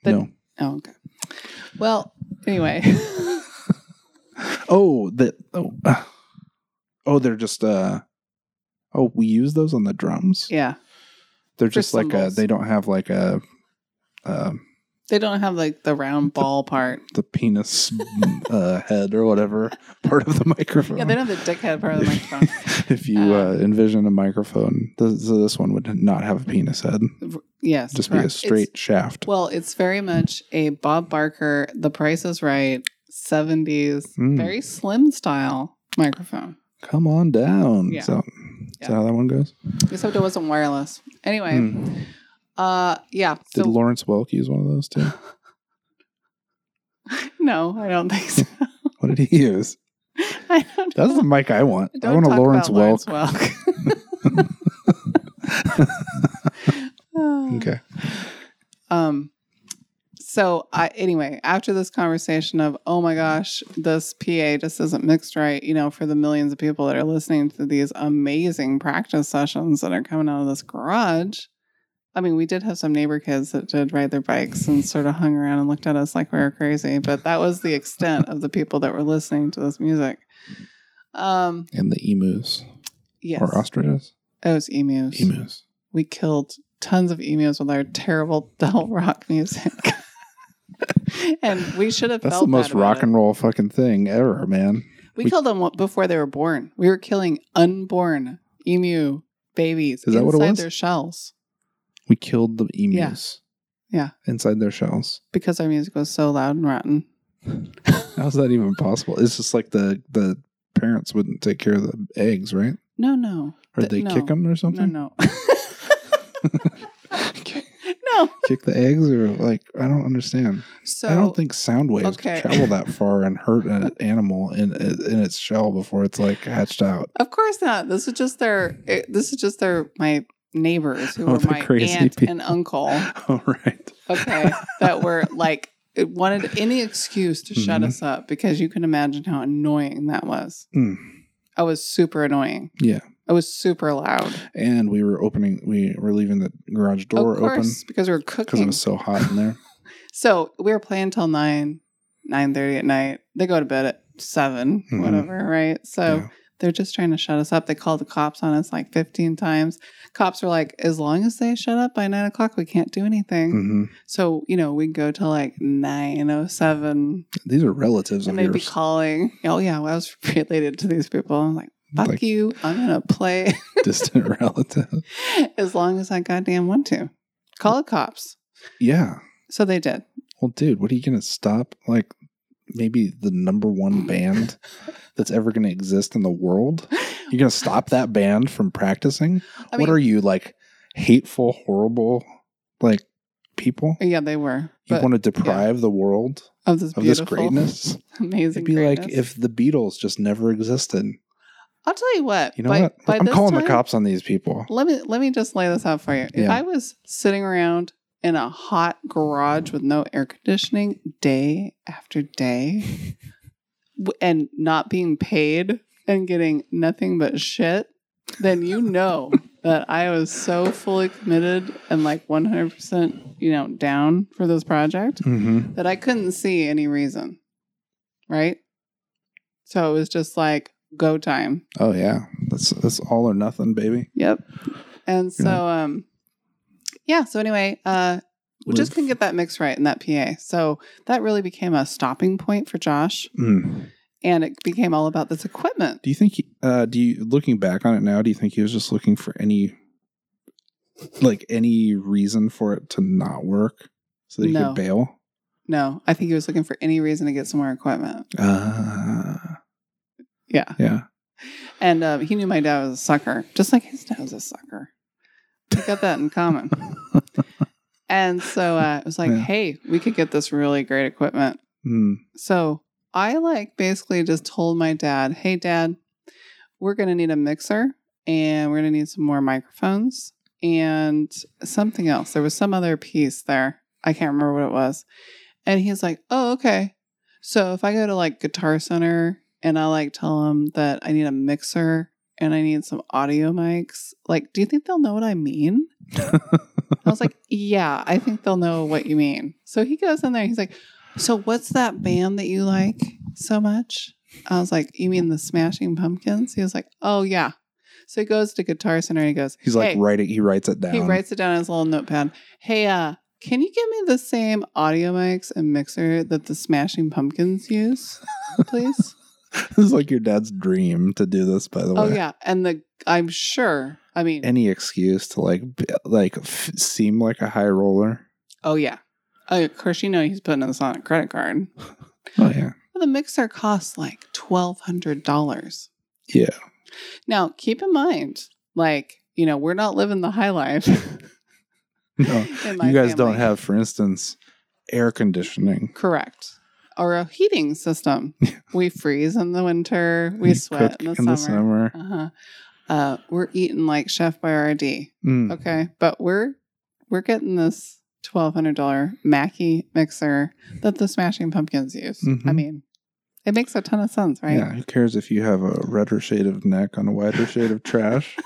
Speaker 2: The-
Speaker 1: no.
Speaker 2: Oh, okay. Well, anyway,
Speaker 1: Oh, that. Oh, ah. oh, they're just. uh Oh, we use those on the drums.
Speaker 2: yeah,
Speaker 1: they're
Speaker 2: for
Speaker 1: just like a.
Speaker 2: cymbals.
Speaker 1: They don't have like a. Um,
Speaker 2: they don't have like the round ball part.
Speaker 1: the penis uh, head or whatever part of the microphone.
Speaker 2: Yeah, they don't have the dickhead part of the microphone.
Speaker 1: if you uh,
Speaker 2: Uh,
Speaker 1: envision a microphone, this, so this one would not have a penis head.
Speaker 2: Yes,
Speaker 1: Just be a
Speaker 2: correct.
Speaker 1: straight
Speaker 2: It's-
Speaker 1: shaft.
Speaker 2: well, it's very much a Bob Barker, The Price is Right, seventies,
Speaker 1: Mm.
Speaker 2: very slim style microphone.
Speaker 1: Come on down.
Speaker 2: Yeah.
Speaker 1: So, is
Speaker 2: Yeah.
Speaker 1: that how that one goes?
Speaker 2: Except it wasn't wireless. Anyway,
Speaker 1: Mm.
Speaker 2: uh, yeah.
Speaker 1: Did
Speaker 2: So
Speaker 1: Lawrence Welk use one of those too?
Speaker 2: no, I don't think so.
Speaker 1: What did he use?
Speaker 2: I don't.
Speaker 1: That's
Speaker 2: know.
Speaker 1: the mic I want. I
Speaker 2: Don't
Speaker 1: want a
Speaker 2: talk
Speaker 1: Lawrence
Speaker 2: about Lawrence
Speaker 1: Welk.
Speaker 2: Welk.
Speaker 1: Okay.
Speaker 2: Um, so I anyway, after this conversation of oh my gosh, this PA just isn't mixed right, you know, for the millions of people that are listening to these amazing practice sessions that are coming out of this garage. I mean, we did have some neighbor kids that did ride their bikes and sort of hung around and looked at us like we were crazy, but that was the extent of the people that were listening to this music. Um,
Speaker 1: And the emus
Speaker 2: yes,
Speaker 1: or ostriches?
Speaker 2: it was emus.
Speaker 1: Emus.
Speaker 2: We killed tons of emus with our terrible dull rock music. and we should have
Speaker 1: That's
Speaker 2: felt
Speaker 1: the most
Speaker 2: bad about
Speaker 1: rock
Speaker 2: it.
Speaker 1: and roll fucking thing ever, man.
Speaker 2: We,
Speaker 1: we-
Speaker 2: killed them before they were born. We were killing unborn emu babies
Speaker 1: Is that what
Speaker 2: inside
Speaker 1: it was?
Speaker 2: their shells
Speaker 1: We killed the emus.
Speaker 2: Yeah.
Speaker 1: Inside their shells.
Speaker 2: because our music was so loud and rotten.
Speaker 1: How's that even possible? It's just like the the parents wouldn't take care of the eggs, right?
Speaker 2: No, no.
Speaker 1: Or
Speaker 2: Th-
Speaker 1: they
Speaker 2: no.
Speaker 1: kick them or
Speaker 2: No,
Speaker 1: something?
Speaker 2: no. No.
Speaker 1: Kick the eggs or like I don't understand.
Speaker 2: So
Speaker 1: I don't think sound waves
Speaker 2: okay.
Speaker 1: can travel that far and hurt an animal in in its shell before it's like hatched out.
Speaker 2: Of course not. This is just their. It, this is just their my neighbors who
Speaker 1: Oh,
Speaker 2: were
Speaker 1: the
Speaker 2: my
Speaker 1: crazy
Speaker 2: aunt
Speaker 1: people.
Speaker 2: and uncle.
Speaker 1: All right.
Speaker 2: Okay, that were like it wanted any excuse to shut
Speaker 1: Mhm.
Speaker 2: us up because you can imagine how annoying that was.
Speaker 1: Mm.
Speaker 2: I was super annoying.
Speaker 1: Yeah.
Speaker 2: I was super loud.
Speaker 1: And we were opening. We were leaving the garage door
Speaker 2: of
Speaker 1: open
Speaker 2: course, because we were
Speaker 1: because it
Speaker 2: cooking.
Speaker 1: was so hot in there.
Speaker 2: So we were playing till nine, nine thirty at night. They go to bed at 7
Speaker 1: Mhm.
Speaker 2: whatever, right? So
Speaker 1: Yeah.
Speaker 2: they're just trying to shut us up. They called the cops on us like fifteen times. Cops were like, as long as they shut up by nine o'clock, we can't do anything.
Speaker 1: hmm
Speaker 2: So you know, we go till like nine oh seven,
Speaker 1: These are relatives
Speaker 2: and
Speaker 1: of
Speaker 2: they'd be
Speaker 1: yours.
Speaker 2: calling. Oh yeah, well, I was related to these people. I'm like, fuck
Speaker 1: Like-
Speaker 2: you. I'm gonna play
Speaker 1: distant relative.
Speaker 2: as long as I goddamn want to. Call the cops.
Speaker 1: Yeah.
Speaker 2: So they did.
Speaker 1: Well, dude, what are you gonna stop? Like maybe the number one band that's ever gonna exist in the world. You're gonna stop that band from practicing?
Speaker 2: I
Speaker 1: what
Speaker 2: mean,
Speaker 1: are you like? Hateful, horrible, like people.
Speaker 2: yeah, they were.
Speaker 1: You
Speaker 2: But
Speaker 1: want to deprive the world
Speaker 2: of this
Speaker 1: of
Speaker 2: beautiful,
Speaker 1: this greatness?
Speaker 2: amazing.
Speaker 1: It'd be like
Speaker 2: greatness.
Speaker 1: if the Beatles just never existed.
Speaker 2: I'll tell you what.
Speaker 1: You know
Speaker 2: by,
Speaker 1: what?
Speaker 2: By
Speaker 1: I'm
Speaker 2: this
Speaker 1: calling
Speaker 2: time-
Speaker 1: the cops on these people.
Speaker 2: Let me let me just lay this out for you. If
Speaker 1: Yeah.
Speaker 2: I was sitting around in a hot garage with no air conditioning day after day w- and not being paid and getting nothing but shit, then you know that I was so fully committed and like 100%, you know, down for this project
Speaker 1: Mm-hmm.
Speaker 2: that I couldn't see any reason. Right? So it was just like go time.
Speaker 1: Oh yeah, that's that's all or nothing, baby.
Speaker 2: Yep. And so,
Speaker 1: You're
Speaker 2: um, yeah. So anyway, uh, we just
Speaker 1: Live-
Speaker 2: couldn't get that mix right in that PA. So that really became a stopping point for Josh,
Speaker 1: Mm.
Speaker 2: and it became all about this equipment.
Speaker 1: Do you think? he- Uh, do you looking back on it now? Do you think he was just looking for any, like any reason for it to not work, so that he
Speaker 2: No.
Speaker 1: could bail?
Speaker 2: No, I think he was looking for any reason to get some more equipment.
Speaker 1: Ah,
Speaker 2: Yeah,
Speaker 1: yeah.
Speaker 2: and um, he knew my dad was a sucker, just like his dad was a sucker. We got that in common. And so uh, it was like,
Speaker 1: Yeah.
Speaker 2: hey, we could get this really great equipment.
Speaker 1: Mm.
Speaker 2: So I like basically just told my dad, hey, dad, we're going to need a mixer and we're going to need some more microphones and something else. There was some other piece there. I can't remember what it was. And he's like, oh, okay. So if I go to like Guitar Center and I like tell him that I need a mixer and I need some audio mics, like, do you think they'll know what I mean? I was like, yeah, I think they'll know what you mean. So he goes in there. He's like, so what's that band that you like so much? I was like, you mean the Smashing Pumpkins? He was like, oh yeah. So he goes to Guitar Center and he goes,
Speaker 1: He's like
Speaker 2: "Hey."
Speaker 1: writing. He writes it down.
Speaker 2: He writes it down on his little notepad. Hey, uh, can you give me the same audio mics and mixer that the Smashing Pumpkins use, please?
Speaker 1: this is like your dad's dream to do this. By the
Speaker 2: oh
Speaker 1: way.
Speaker 2: yeah, and the I'm sure. I mean,
Speaker 1: Any excuse to like b- like f- seem like a high roller.
Speaker 2: oh yeah. Oh, of course, you know he's putting this on a credit card.
Speaker 1: Oh yeah.
Speaker 2: Well, the mixer costs like twelve hundred dollars.
Speaker 1: Yeah.
Speaker 2: Now keep in mind, like you know, we're not living the high life.
Speaker 1: No,
Speaker 2: in my
Speaker 1: you guys
Speaker 2: family.
Speaker 1: don't have, for instance, air conditioning.
Speaker 2: correct or a heating system. we freeze in the winter. We
Speaker 1: You
Speaker 2: sweat
Speaker 1: cook
Speaker 2: in the summer.
Speaker 1: summer.
Speaker 2: Uh-huh. Uh, we're eating like Chef Boyardee.
Speaker 1: Mm.
Speaker 2: Okay, but we're we're getting this twelve hundred dollar Mackie mixer that the Smashing Pumpkins use. I
Speaker 1: Mhm.
Speaker 2: mean, it makes a ton of sense, right?
Speaker 1: Yeah, who cares if you have a redder shade of neck on a whiter shade of trash?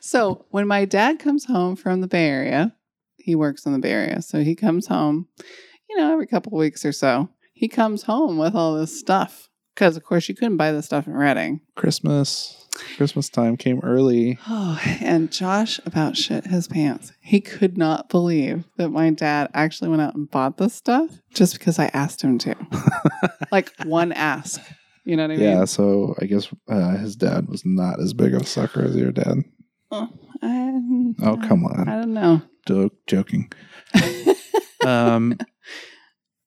Speaker 2: so when my dad comes home from the Bay Area, he works in the Bay Area, so he comes home, you know, every couple weeks or so. He comes home with all this stuff because, of course, you couldn't buy this stuff in Reading.
Speaker 1: Christmas, Christmas time came early.
Speaker 2: Oh, and Josh about shit his pants. He could not believe that my dad actually went out and bought this stuff just because I asked him to. like one ask. You know what I mean?
Speaker 1: Yeah, so I guess uh, his dad was not as big of a sucker as your dad.
Speaker 2: Oh, I-
Speaker 1: Oh, come on.
Speaker 2: I don't know.
Speaker 1: Joke, joking. Um,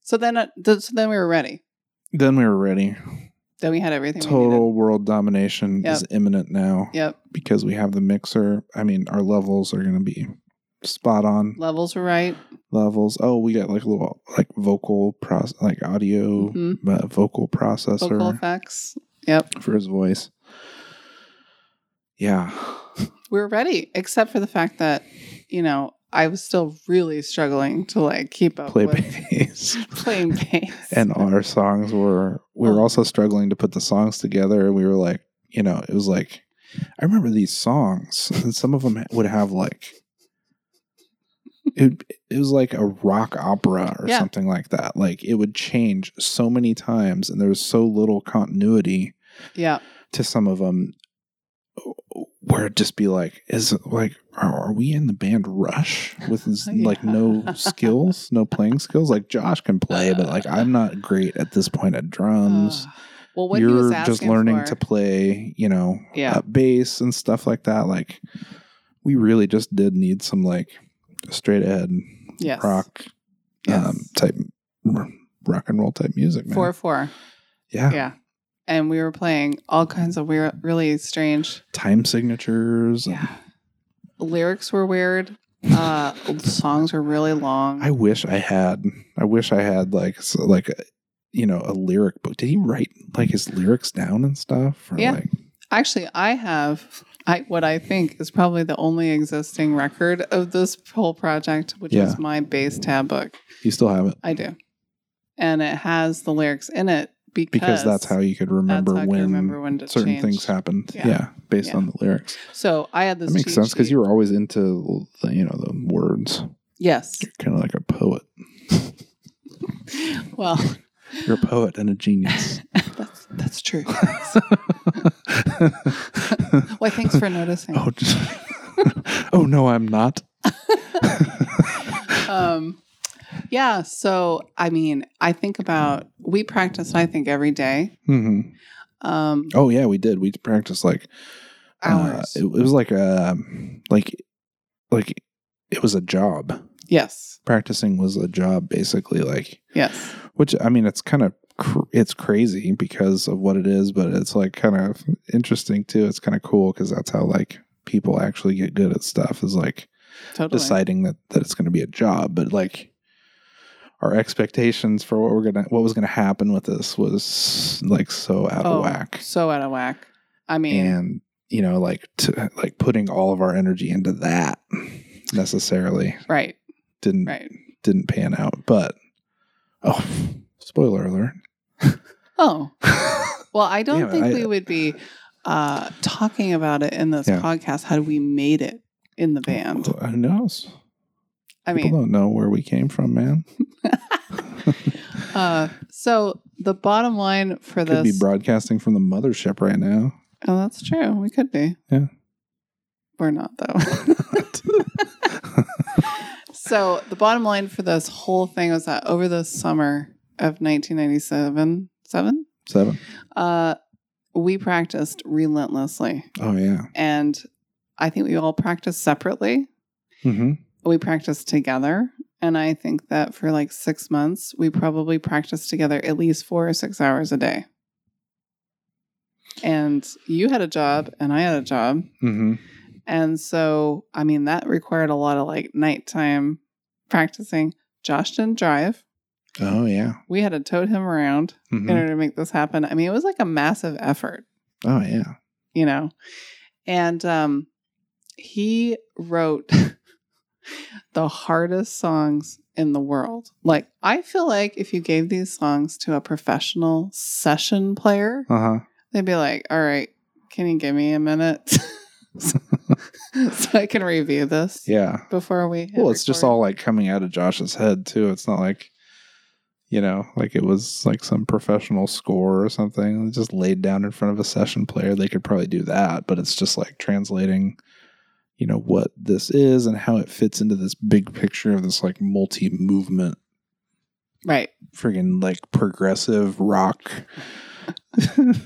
Speaker 2: so then, uh, th- so then we were ready.
Speaker 1: then we were ready.
Speaker 2: Then we had everything. we needed.
Speaker 1: Total world domination
Speaker 2: Yep.
Speaker 1: is imminent now
Speaker 2: Yep.
Speaker 1: because we have the mixer. I mean, our levels are going to be spot on
Speaker 2: Levels were right.
Speaker 1: levels. Oh, we got like a little like vocal process, like audio
Speaker 2: hmm
Speaker 1: uh, vocal processor
Speaker 2: Vocal effects. Yep.
Speaker 1: for his voice. Yeah.
Speaker 2: We were ready, except for the fact that, you know, I was still really struggling to like keep up
Speaker 1: Play
Speaker 2: with
Speaker 1: bass.
Speaker 2: playing bass.
Speaker 1: and our songs were we were
Speaker 2: Oh.
Speaker 1: also struggling to put the songs together we were like you know it was like i remember these songs and some of them would have like it, it was like a rock opera or
Speaker 2: Yeah.
Speaker 1: something like that like it would change so many times and there was so little continuity
Speaker 2: yeah.
Speaker 1: to some of them where it'd just be like is it like are are we in the band rush with z-
Speaker 2: Yeah.
Speaker 1: like no skills no playing skills like josh can play but like i'm not great at this point at drums
Speaker 2: Ugh. Ah, well, Uh, what he was
Speaker 1: you're
Speaker 2: asking
Speaker 1: just learning
Speaker 2: for,
Speaker 1: to play you know
Speaker 2: Yeah.
Speaker 1: uh, bass and stuff like that like we really just did need some like straight ahead
Speaker 2: Yes.
Speaker 1: rock
Speaker 2: Yes.
Speaker 1: um type r- rock and roll type music man.
Speaker 2: four four.
Speaker 1: yeah.
Speaker 2: Yeah. And we were playing all kinds of weird, really strange.
Speaker 1: time signatures and-
Speaker 2: Yeah. Lyrics were weird. Uh, songs were really long.
Speaker 1: I wish I had. I wish I had like so like a, you know a lyric book. Did he write like his lyrics down and stuff? Or
Speaker 2: Yeah.
Speaker 1: Like,
Speaker 2: Actually, I have I what I think is probably the only existing record of this whole project, which
Speaker 1: Yeah.
Speaker 2: is my bass tab book.
Speaker 1: you still have it
Speaker 2: I do, and it has the lyrics in it because,
Speaker 1: because that's how you could remember
Speaker 2: that's how I can
Speaker 1: when
Speaker 2: remember when to
Speaker 1: certain
Speaker 2: change.
Speaker 1: things happened. Yeah,
Speaker 2: Yeah.
Speaker 1: based
Speaker 2: Yeah.
Speaker 1: on the lyrics.
Speaker 2: So I had this.
Speaker 1: That makes
Speaker 2: cheat
Speaker 1: sense because
Speaker 2: sheet.
Speaker 1: you were always into the, you know the words.
Speaker 2: yes.
Speaker 1: You're kind of like a poet.
Speaker 2: Well,
Speaker 1: You're a poet and a genius.
Speaker 2: that's that's true. Why? Thanks for noticing.
Speaker 1: oh, just- oh no, I'm not.
Speaker 2: um, yeah. So I mean, I think about we practice. I think every day.
Speaker 1: hmm
Speaker 2: Um,
Speaker 1: Oh yeah, we did. We practiced like Uh,
Speaker 2: hours.
Speaker 1: it, it was like a like like it was a job.
Speaker 2: yes.
Speaker 1: Practicing was a job, basically. Like,
Speaker 2: Yes.
Speaker 1: which I mean, it's kind of cr- it's crazy because of what it is, but it's like kind of interesting too. It's kind of cool because that's how like people actually get good at stuff is like
Speaker 2: Totally.
Speaker 1: deciding that that it's going to be a job, but like. Our expectations for what we're gonna, what was gonna happen with this was like so out
Speaker 2: Oh,
Speaker 1: of whack
Speaker 2: So out of whack. I mean,
Speaker 1: and you know like to like putting all of our energy into that necessarily
Speaker 2: right,
Speaker 1: didn't
Speaker 2: right.
Speaker 1: didn't pan out but oh spoiler alert
Speaker 2: Oh, well, I don't
Speaker 1: Damn it,
Speaker 2: think
Speaker 1: I-
Speaker 2: we would be uh, talking about it in this
Speaker 1: Yeah.
Speaker 2: podcast had we made it in the band.
Speaker 1: who knows
Speaker 2: Um, I
Speaker 1: people
Speaker 2: mean,
Speaker 1: don't know where we came from man
Speaker 2: uh, so the bottom line for
Speaker 1: could be
Speaker 2: this.
Speaker 1: broadcasting from the mothership right now
Speaker 2: oh, that's true. We could be.
Speaker 1: Yeah.
Speaker 2: We're not, though. so the bottom line for this whole thing was that over the summer of 1997, seven,
Speaker 1: seven.
Speaker 2: uh, we practiced relentlessly.
Speaker 1: Oh yeah
Speaker 2: and I think we all practiced separately.
Speaker 1: mm-hmm.
Speaker 2: We practiced together, and I think that for like six months, we probably practiced together at least four or six hours a day. And you had a job, and I had a job,
Speaker 1: Mm-hmm.
Speaker 2: and so I mean that required a lot of like nighttime practicing. Josh didn't drive.
Speaker 1: oh yeah
Speaker 2: We had to tote him around
Speaker 1: Mhm.
Speaker 2: in order to make this happen. I mean, it was like a massive effort.
Speaker 1: oh yeah
Speaker 2: you know. And um, he wrote the hardest songs in the world. Like, I feel like if you gave these songs to a professional session player,
Speaker 1: uh-huh
Speaker 2: they'd be like, all right, can you give me a minute so I can review this
Speaker 1: yeah
Speaker 2: before we. hit
Speaker 1: well it's just
Speaker 2: record?"
Speaker 1: all like coming out of josh's head too it's not like you know like it was like some professional score or something just laid down in front of a session player they could probably do that but it's just like translating you know what this is and how it fits into this big picture of this like multi movement
Speaker 2: Right.
Speaker 1: friggin like progressive rock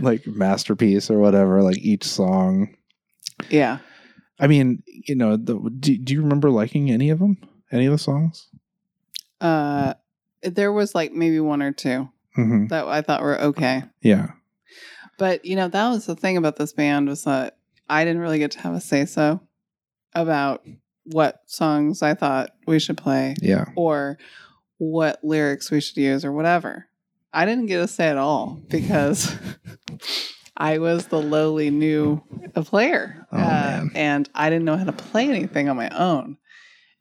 Speaker 1: like masterpiece or whatever like each song
Speaker 2: Yeah.
Speaker 1: i mean you know the, do, do you remember liking any of them any of the songs
Speaker 2: Uh, there was like maybe one or two
Speaker 1: hmm
Speaker 2: that I thought were okay.
Speaker 1: Yeah.
Speaker 2: But you know, that was the thing about this band was that I didn't really get to have a say so about what songs I thought we should play
Speaker 1: Yeah.
Speaker 2: or what lyrics we should use or whatever. I didn't get a say at all because I was the lowly new player,
Speaker 1: Oh,
Speaker 2: Uh,
Speaker 1: man.
Speaker 2: and I didn't know how to play anything on my own.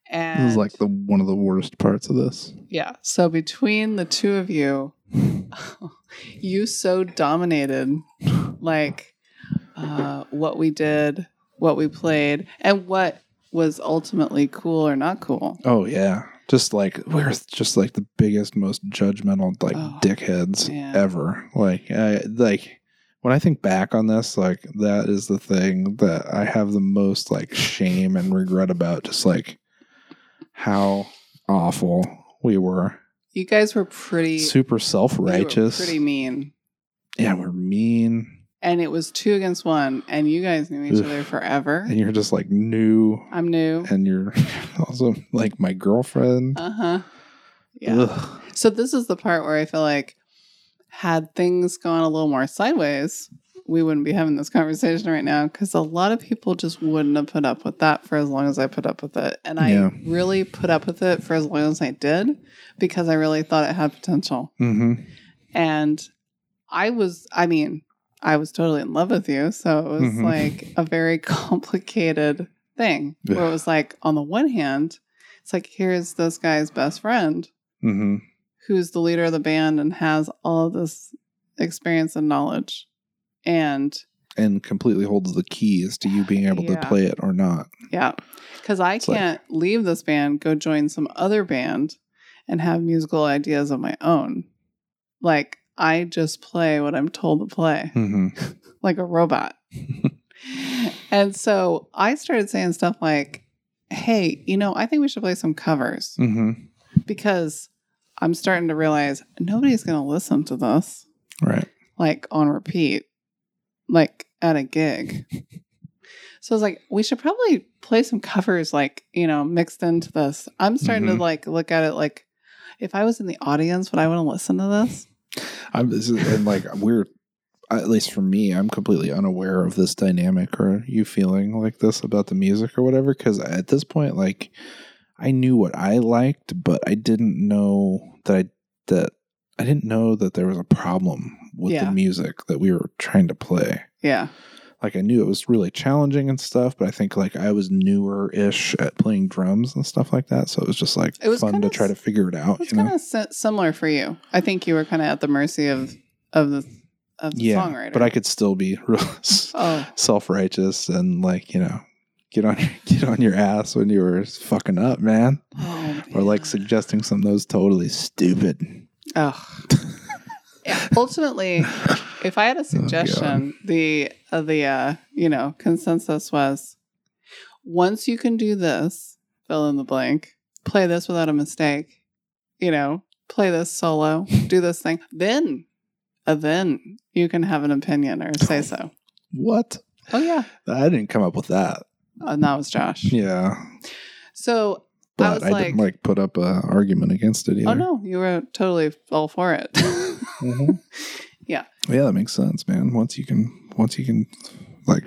Speaker 2: And
Speaker 1: This is like the one of the worst parts of this.
Speaker 2: yeah. So between the two of you, you so dominated like uh, what we did, what we played, and what was ultimately cool or not cool.
Speaker 1: Oh yeah. Just like we're just like the biggest, most judgmental like
Speaker 2: Oh,
Speaker 1: dickheads
Speaker 2: man.
Speaker 1: ever. Like I like when I think back on this, like that is the thing that I have the most like shame and regret about. Just like how awful we were.
Speaker 2: You guys were pretty
Speaker 1: Super self
Speaker 2: you were
Speaker 1: righteous.
Speaker 2: pretty mean,
Speaker 1: yeah, we're mean.
Speaker 2: and it was two against one, and you guys knew each
Speaker 1: Ugh.
Speaker 2: other forever.
Speaker 1: And you're just like new
Speaker 2: I'm new.
Speaker 1: and you're also like my girlfriend.
Speaker 2: Uh huh. Yeah.
Speaker 1: Ugh.
Speaker 2: So this is the part where I feel like had things gone a little more sideways, we wouldn't be having this conversation right now because a lot of people just wouldn't have put up with that for as long as I put up with it. And I
Speaker 1: Yeah.
Speaker 2: really put up with it for as long as I did because I really thought it had potential.
Speaker 1: hmm
Speaker 2: And I was, I mean, I was totally in love with you. So it was
Speaker 1: Mhm.
Speaker 2: like a very complicated thing where it
Speaker 1: Yeah.
Speaker 2: was like, on the one hand, it's like, here's this guy's best friend
Speaker 1: hmm
Speaker 2: who's the leader of the band and has all this experience and knowledge. And
Speaker 1: and completely holds the keys to you being able
Speaker 2: Yeah.
Speaker 1: to play it or not.
Speaker 2: yeah, because I
Speaker 1: It's like-
Speaker 2: can't leave this band, go join some other band, and have musical ideas of my own. Like, I just play what I'm told to play,
Speaker 1: Mm-hmm.
Speaker 2: like a robot. and so I started saying stuff like, hey, you know, I think we should play some covers.
Speaker 1: Mm-hmm.
Speaker 2: because I'm starting to realize nobody's going to listen to this
Speaker 1: Right.
Speaker 2: like on repeat, like at a gig. So I was like, we should probably play some covers, like, you know, mixed into this. I'm starting
Speaker 1: Mhm.
Speaker 2: to like look at it like, if I was in the audience, would I want to listen to this?
Speaker 1: I'm this is, and like we're at least for me, I'm completely unaware of this dynamic or you feeling like this about the music or whatever. Because at this point, like I knew what I liked, but I didn't know that I that I didn't know that there was a problem with
Speaker 2: Yeah.
Speaker 1: the music that we were trying to play.
Speaker 2: Yeah.
Speaker 1: like I knew it was really challenging and stuff, but I think like I was newer ish at playing drums and stuff like that. So it was just like
Speaker 2: It was
Speaker 1: fun
Speaker 2: kinda
Speaker 1: to try to
Speaker 2: s-
Speaker 1: figure it out,
Speaker 2: It's
Speaker 1: you know?
Speaker 2: kind of si- similar for you. I think you were kind of at the mercy of, of the, of the
Speaker 1: yeah.
Speaker 2: songwriter.
Speaker 1: But I could still be real
Speaker 2: oh,
Speaker 1: self righteous and like, you know, get on get on your ass when you were fucking up, man.
Speaker 2: oh
Speaker 1: Or like
Speaker 2: man.
Speaker 1: suggesting something that was totally stupid.
Speaker 2: Ugh. yeah. Ultimately, if I
Speaker 1: Oh,
Speaker 2: had a suggestion, the uh, the uh, you know consensus was once you can do this, fill in the blank, play this without a mistake, you know, play this solo, do this thing, then uh, then you can have an opinion or say so.
Speaker 1: What?
Speaker 2: Oh yeah, Uh,
Speaker 1: I didn't come up with that.
Speaker 2: and that was Josh.
Speaker 1: Yeah.
Speaker 2: So oh, I was
Speaker 1: But I,
Speaker 2: like,
Speaker 1: didn't like put up an argument against it either.
Speaker 2: oh no, you were totally all for it.
Speaker 1: Mhm.
Speaker 2: Yeah.
Speaker 1: Yeah, that makes sense, man. Once you can, once you can, like,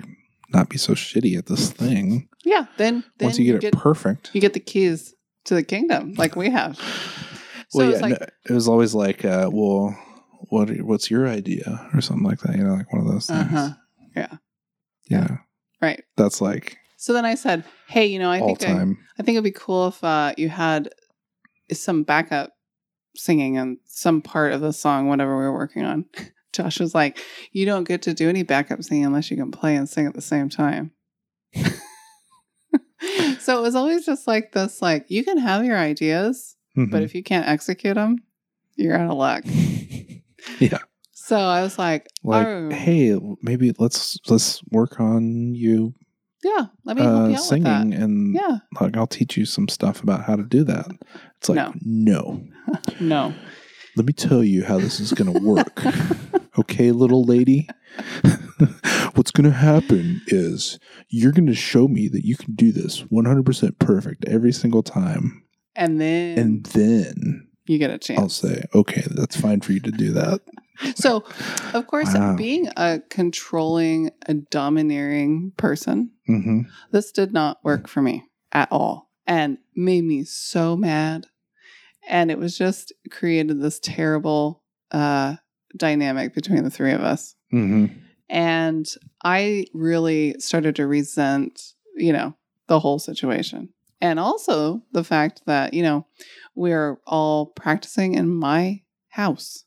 Speaker 1: not be so shitty at this thing.
Speaker 2: yeah, then, then
Speaker 1: once you get, it perfect.
Speaker 2: you get the keys to the kingdom like we have. So
Speaker 1: well, yeah,
Speaker 2: it's like,
Speaker 1: no, it was always like, uh, well, what, what's your idea or something like that? You know, like one of those things.
Speaker 2: uh huh,
Speaker 1: Yeah,
Speaker 2: right.
Speaker 1: that's like
Speaker 2: So then I said, hey, you know, I
Speaker 1: all
Speaker 2: think I,
Speaker 1: time.
Speaker 2: I think it'd be cool if uh, you had some backup singing on some part of the song, whatever we were working on. Josh was like, you don't get to do any backup singing unless you can play and sing at the same time. so it was always just like this, like you can have your ideas,
Speaker 1: Mm-hmm.
Speaker 2: but if you can't execute them, you're out of luck.
Speaker 1: Mhm. yeah,
Speaker 2: So I was like,
Speaker 1: like,
Speaker 2: oh,
Speaker 1: hey, maybe let's let's work on you
Speaker 2: Yeah, let me help you
Speaker 1: uh,
Speaker 2: out
Speaker 1: singing
Speaker 2: with
Speaker 1: and
Speaker 2: that. Yeah,
Speaker 1: like I'll teach you some stuff about how to do that. It's like
Speaker 2: No.
Speaker 1: no.
Speaker 2: no.
Speaker 1: let me tell you how this is going to work. okay, little lady? What's going to happen is you're going to show me that you can do this 100% perfect every single time.
Speaker 2: And then
Speaker 1: And then
Speaker 2: you get a
Speaker 1: I'll
Speaker 2: chance.
Speaker 1: say, okay, that's fine for you to do that.
Speaker 2: So, of course,
Speaker 1: Wow.
Speaker 2: being a controlling, a domineering person,
Speaker 1: hmm
Speaker 2: this did not work for me at all and made me so mad. And it was just created this terrible uh, dynamic between the three of us.
Speaker 1: hmm
Speaker 2: And I really started to resent, you know, the whole situation. And also the fact that, you know, we're all practicing in my house.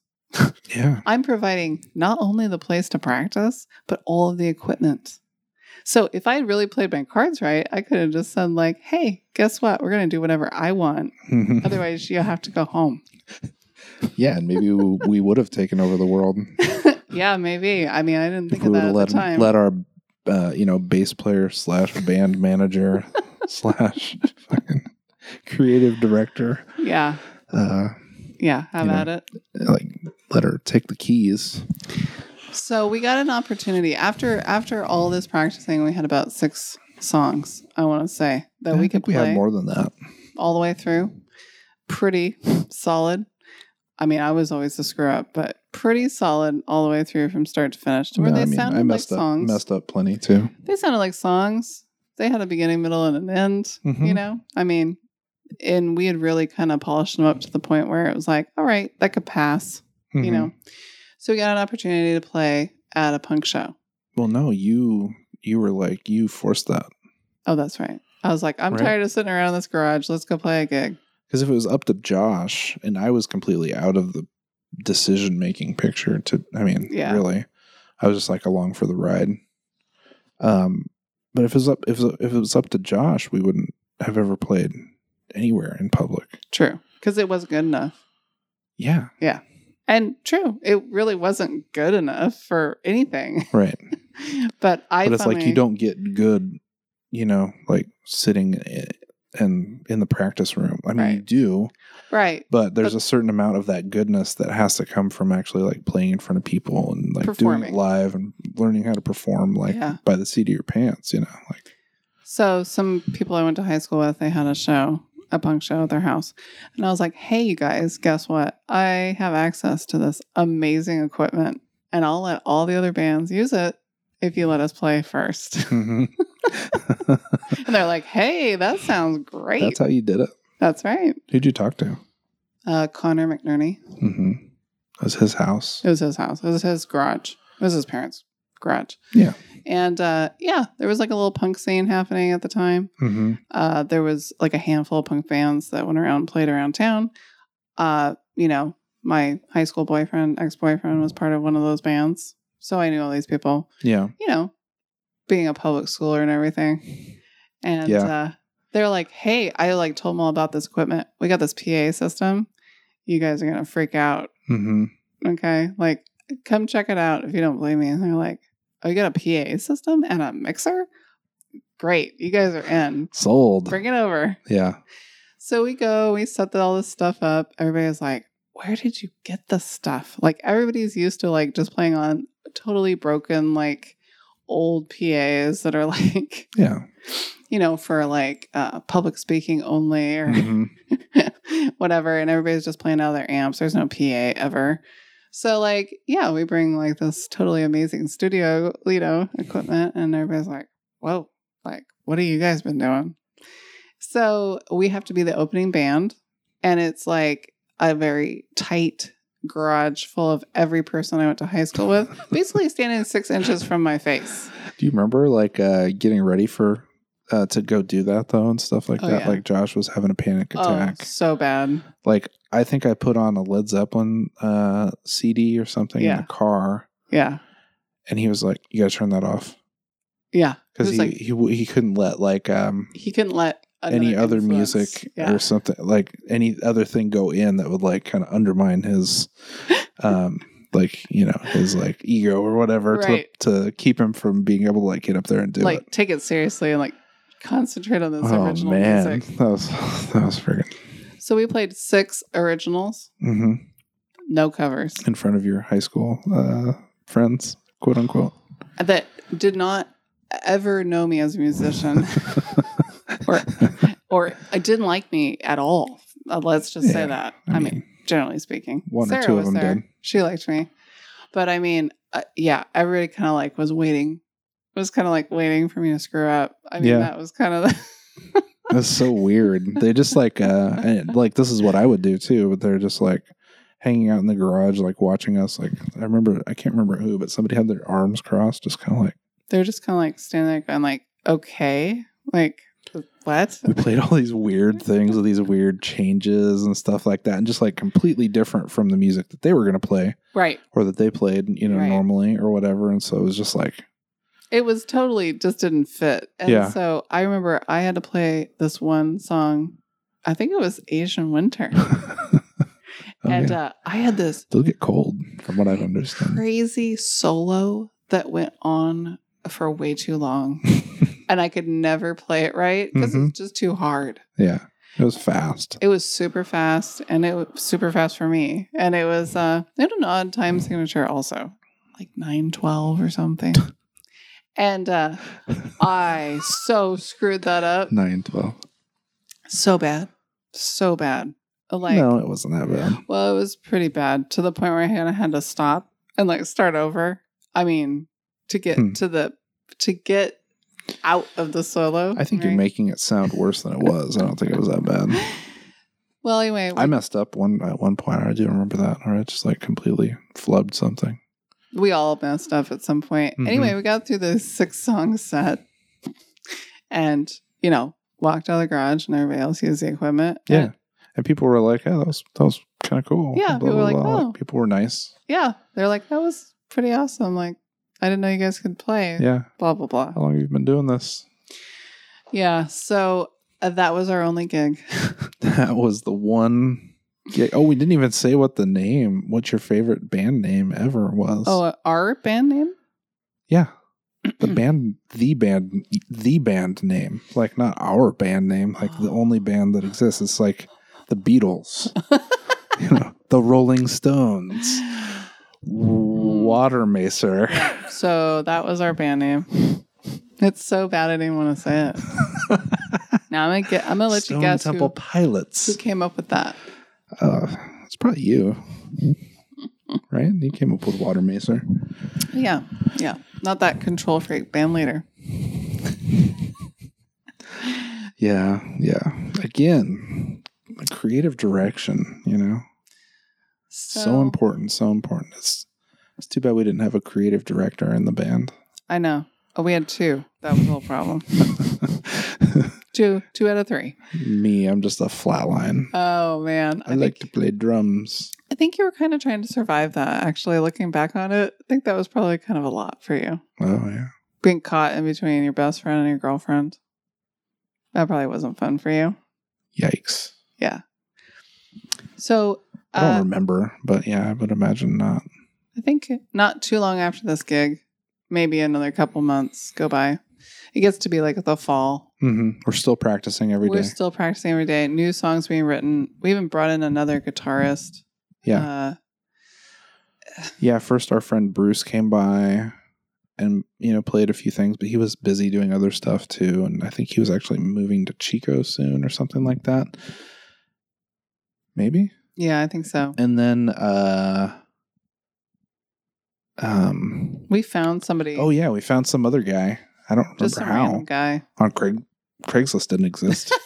Speaker 1: Yeah.
Speaker 2: I'm providing not only the place to practice, but all of the equipment. So if I had really played my cards right, I could have just said, like, hey, guess what? We're going to do whatever I want.
Speaker 1: hmm
Speaker 2: Otherwise, you'll have to go home.
Speaker 1: Yeah, and maybe we, we would have taken over the world
Speaker 2: yeah, maybe. I mean, I didn't
Speaker 1: if
Speaker 2: think
Speaker 1: we would
Speaker 2: of that
Speaker 1: have
Speaker 2: at
Speaker 1: let
Speaker 2: the time.
Speaker 1: let our uh, you know bass player slash band manager slash fucking creative director
Speaker 2: yeah,
Speaker 1: uh,
Speaker 2: yeah. How
Speaker 1: You know.
Speaker 2: about it?
Speaker 1: like let her take the keys.
Speaker 2: So we got an opportunity after after all this practicing. We had about six songs. I want to say that
Speaker 1: I
Speaker 2: we could
Speaker 1: think we
Speaker 2: play
Speaker 1: had more than that.
Speaker 2: all the way through. Pretty solid. I mean, I was always the screw up, but pretty solid all the way through from start to finish. To where
Speaker 1: No,
Speaker 2: they
Speaker 1: I mean,
Speaker 2: sounded
Speaker 1: I
Speaker 2: like
Speaker 1: messed up,
Speaker 2: songs.
Speaker 1: messed up plenty too.
Speaker 2: They sounded like songs. They had a beginning, middle, and an end.
Speaker 1: Mhm.
Speaker 2: You know, I mean, and we had really kind of polished them up to the point where it was like, all right, that could pass. You
Speaker 1: Mhm.
Speaker 2: know, so we got an opportunity to play at a punk show.
Speaker 1: Well, no, you you were like you forced that
Speaker 2: Oh, that's right. I was like, I'm
Speaker 1: Right.
Speaker 2: tired of sitting around in this garage. Let's go play a gig.
Speaker 1: because if it was up to Josh and I was completely out of the decision making picture. To I mean,
Speaker 2: Yeah.
Speaker 1: really, I was just like along for the ride. Um, but if it was up if if it was up to Josh, we wouldn't have ever played anywhere in public.
Speaker 2: True. Because it wasn't good enough.
Speaker 1: Yeah,
Speaker 2: And true, it really wasn't good enough for anything.
Speaker 1: right.
Speaker 2: but I
Speaker 1: but it's like
Speaker 2: finally-
Speaker 1: you don't get good, you know, like sitting i- and in the practice room. I mean, you
Speaker 2: Right.
Speaker 1: do,
Speaker 2: Right.
Speaker 1: but there's
Speaker 2: But-
Speaker 1: a certain amount of that goodness that has to come from actually like playing in front of people and like doing
Speaker 2: Performing.
Speaker 1: it live and learning how to perform like
Speaker 2: Yeah.
Speaker 1: by the seat of your pants, you know, like
Speaker 2: So some people I went to high school with, they had a show, a punk show at their house. And I was like, hey, you guys, guess what? I have access to this amazing equipment and I'll let all the other bands use it if you let us play first.
Speaker 1: mm-hmm.
Speaker 2: and they're like, hey, that sounds great.
Speaker 1: that's how you did it.
Speaker 2: that's right.
Speaker 1: Who'd you talk to?
Speaker 2: Uh, Connor McNerney.
Speaker 1: Mm-hmm. That was his house.
Speaker 2: It was his house. It was his garage. It was his parents' garage.
Speaker 1: Yeah.
Speaker 2: And uh, yeah, there was like a little punk scene happening at the time.
Speaker 1: Mm-hmm.
Speaker 2: Uh, there was like a handful of punk bands that went around, and played around town. Uh, you know, my high school boyfriend, ex boyfriend, was part of one of those bands. So I knew all these people,
Speaker 1: Yeah.
Speaker 2: you know, being a public schooler and everything. And
Speaker 1: Yeah.
Speaker 2: uh, they're like, hey, I like told them all about this equipment. We got this PA system. You guys are going to freak out
Speaker 1: Mm-hmm.
Speaker 2: okay like come check it out if you don't believe me and they're like oh you got a pa system and a mixer great you guys are in
Speaker 1: Sold.
Speaker 2: bring it over
Speaker 1: yeah.
Speaker 2: so we go we set the- all this stuff up everybody's like where did you get this stuff like everybody's used to like just playing on totally broken like old pas that are like
Speaker 1: Yeah.
Speaker 2: you know for like uh, public speaking only or
Speaker 1: hmm
Speaker 2: whatever, and everybody's just playing out of their amps. There's no PA ever. So like, yeah, we bring like this totally amazing studio, you know, equipment, and everybody's like, whoa, like, what have you guys been doing? So we have to be the opening band, and it's like a very tight garage full of every person I went to high school with, basically standing six inches from my face.
Speaker 1: Do you remember like uh getting ready for uh to go do that though and stuff like
Speaker 2: Oh,
Speaker 1: that?
Speaker 2: yeah.
Speaker 1: Like Josh was having a panic attack.
Speaker 2: Oh, so bad.
Speaker 1: Like I think I put on a Led Zeppelin uh CD or something in
Speaker 2: Yeah.
Speaker 1: the car
Speaker 2: Yeah,
Speaker 1: and he was like, You gotta turn that off.
Speaker 2: yeah.
Speaker 1: Because
Speaker 2: It
Speaker 1: he,
Speaker 2: was
Speaker 1: he w- he couldn't let like um
Speaker 2: He couldn't let
Speaker 1: any
Speaker 2: another
Speaker 1: other
Speaker 2: influence-
Speaker 1: music
Speaker 2: Yeah.
Speaker 1: or something like any other thing go in that would like kind of undermine his um like you know his like ego or whatever
Speaker 2: Right.
Speaker 1: to, to keep him from being able to like get up there and do
Speaker 2: like
Speaker 1: it Oh,
Speaker 2: take it seriously and like concentrate on this original music.
Speaker 1: that was that was freaking
Speaker 2: So we played six originals,
Speaker 1: hmm
Speaker 2: no covers
Speaker 1: in front of your high school uh friends quote unquote
Speaker 2: that did not ever know me as a musician or or I didn't like me at all. Uh, let's just
Speaker 1: Yeah,
Speaker 2: say that.
Speaker 1: I
Speaker 2: I mean,
Speaker 1: mean,
Speaker 2: generally speaking,
Speaker 1: one or two of
Speaker 2: was
Speaker 1: them
Speaker 2: there.
Speaker 1: did.
Speaker 2: She liked me, but I mean, uh, yeah, everybody kind of like was waiting, was kind of like waiting for me to screw up. I mean,
Speaker 1: Yeah.
Speaker 2: that was kind of the
Speaker 1: That's so weird. They just like uh and, like this is what I would do too, but they're just like hanging out in the garage, like watching us. Like I remember I can't remember who, but somebody had their arms crossed, just kinda like
Speaker 2: they're just kind of like standing there going like, okay, like what?
Speaker 1: we played all these weird things with these weird changes and stuff like that, and just like completely different from the music that they were gonna play
Speaker 2: Right.
Speaker 1: or that they played, you know,
Speaker 2: Right.
Speaker 1: normally or whatever. And so it was just like
Speaker 2: It was totally just didn't fit. And
Speaker 1: Yeah.
Speaker 2: so I remember I had to play this one song. I think it was Asian Winter.
Speaker 1: oh,
Speaker 2: and
Speaker 1: yeah.
Speaker 2: uh, I had this
Speaker 1: they'll get cold from what I've understood.
Speaker 2: crazy solo that went on for way too long. and I could never play it right because
Speaker 1: Mm-hmm.
Speaker 2: it's just too hard.
Speaker 1: yeah. It was fast.
Speaker 2: It was super fast and it was super fast for me. And it was uh it had an odd time signature also, like nine twelve or something. and uh I so screwed that up.
Speaker 1: Nine twelve.
Speaker 2: So bad. So bad. Uh, Like
Speaker 1: no, it wasn't that bad.
Speaker 2: well, it was pretty bad to the point where I kinda had to stop and like start over. I mean, to get
Speaker 1: Hmm.
Speaker 2: to the to get out of the solo.
Speaker 1: I think you're
Speaker 2: right?
Speaker 1: making it sound worse than it was. I don't think it was that bad.
Speaker 2: Well, anyway, we,
Speaker 1: I messed up one at one point. I do remember that, or I just like completely flubbed something.
Speaker 2: we all messed up at some point.
Speaker 1: Mhm.
Speaker 2: Anyway, we got through the six song set, and you know, walked out of the garage, and everybody else used the equipment.
Speaker 1: Yeah,
Speaker 2: And,
Speaker 1: and people were like, "Yeah, that was that was kind of cool."
Speaker 2: Yeah, people were like, "Oh."
Speaker 1: people were nice.
Speaker 2: yeah. They're like, that was pretty awesome. Like, I didn't know you guys could play.
Speaker 1: Yeah,
Speaker 2: Blah blah blah.
Speaker 1: how long have you been doing this?
Speaker 2: Yeah. So uh, that was our only gig.
Speaker 1: That was the one. Yeah. Oh, we didn't even say what the name, what your favorite band name ever was.
Speaker 2: oh, uh, our band name.
Speaker 1: yeah, the band, the band, the band name, like not our band name, like the
Speaker 2: Oh.
Speaker 1: only band that exists. It's like the Beatles. you know, the Rolling Stones,
Speaker 2: Mm.
Speaker 1: Water Macer.
Speaker 2: so that was our band name. It's so bad I didn't want to say it. now I'm gonna get. I'm gonna let you
Speaker 1: Stone
Speaker 2: guess
Speaker 1: Temple
Speaker 2: who, who
Speaker 1: Pilots.
Speaker 2: came up with that.
Speaker 1: Uh, it's probably you, right? You came up with Water Macer.
Speaker 2: Yeah, yeah. Not that control freak band leader.
Speaker 1: Yeah, yeah. Again, the creative direction. You know,
Speaker 2: So,
Speaker 1: so, important, so important. It's it's too bad we didn't have a creative director in the band.
Speaker 2: I know. Oh, we had two. That was the whole problem. two, two out of three.
Speaker 1: Me, I'm just a flatline.
Speaker 2: Oh man, I,
Speaker 1: I like to
Speaker 2: think
Speaker 1: play drums.
Speaker 2: I think you were kind of trying to survive that. Actually, looking back on it, I think that was probably kind of a lot for you.
Speaker 1: Oh yeah.
Speaker 2: Being caught in between your best friend and your girlfriend, that probably wasn't fun for you.
Speaker 1: Yikes.
Speaker 2: So
Speaker 1: I don't
Speaker 2: uh,
Speaker 1: remember, but yeah, I would imagine not.
Speaker 2: I think not too long after this gig, maybe another couple months go by. It gets to be like the fall
Speaker 1: Mm-hmm. We're still practicing every
Speaker 2: We're
Speaker 1: day.
Speaker 2: still practicing every day. New songs being written. We even brought in another guitarist.
Speaker 1: yeah,
Speaker 2: Uh,
Speaker 1: yeah. First, our friend Bruce came by, and you know played a few things, but he was busy doing other stuff too. And I think he was actually moving to Chico soon or something like that. Maybe.
Speaker 2: yeah, I think so.
Speaker 1: And then, uh, um,
Speaker 2: We found somebody.
Speaker 1: oh yeah, we found some other guy. I don't remember
Speaker 2: just some
Speaker 1: how
Speaker 2: random guy.
Speaker 1: on Craig Craigslist didn't exist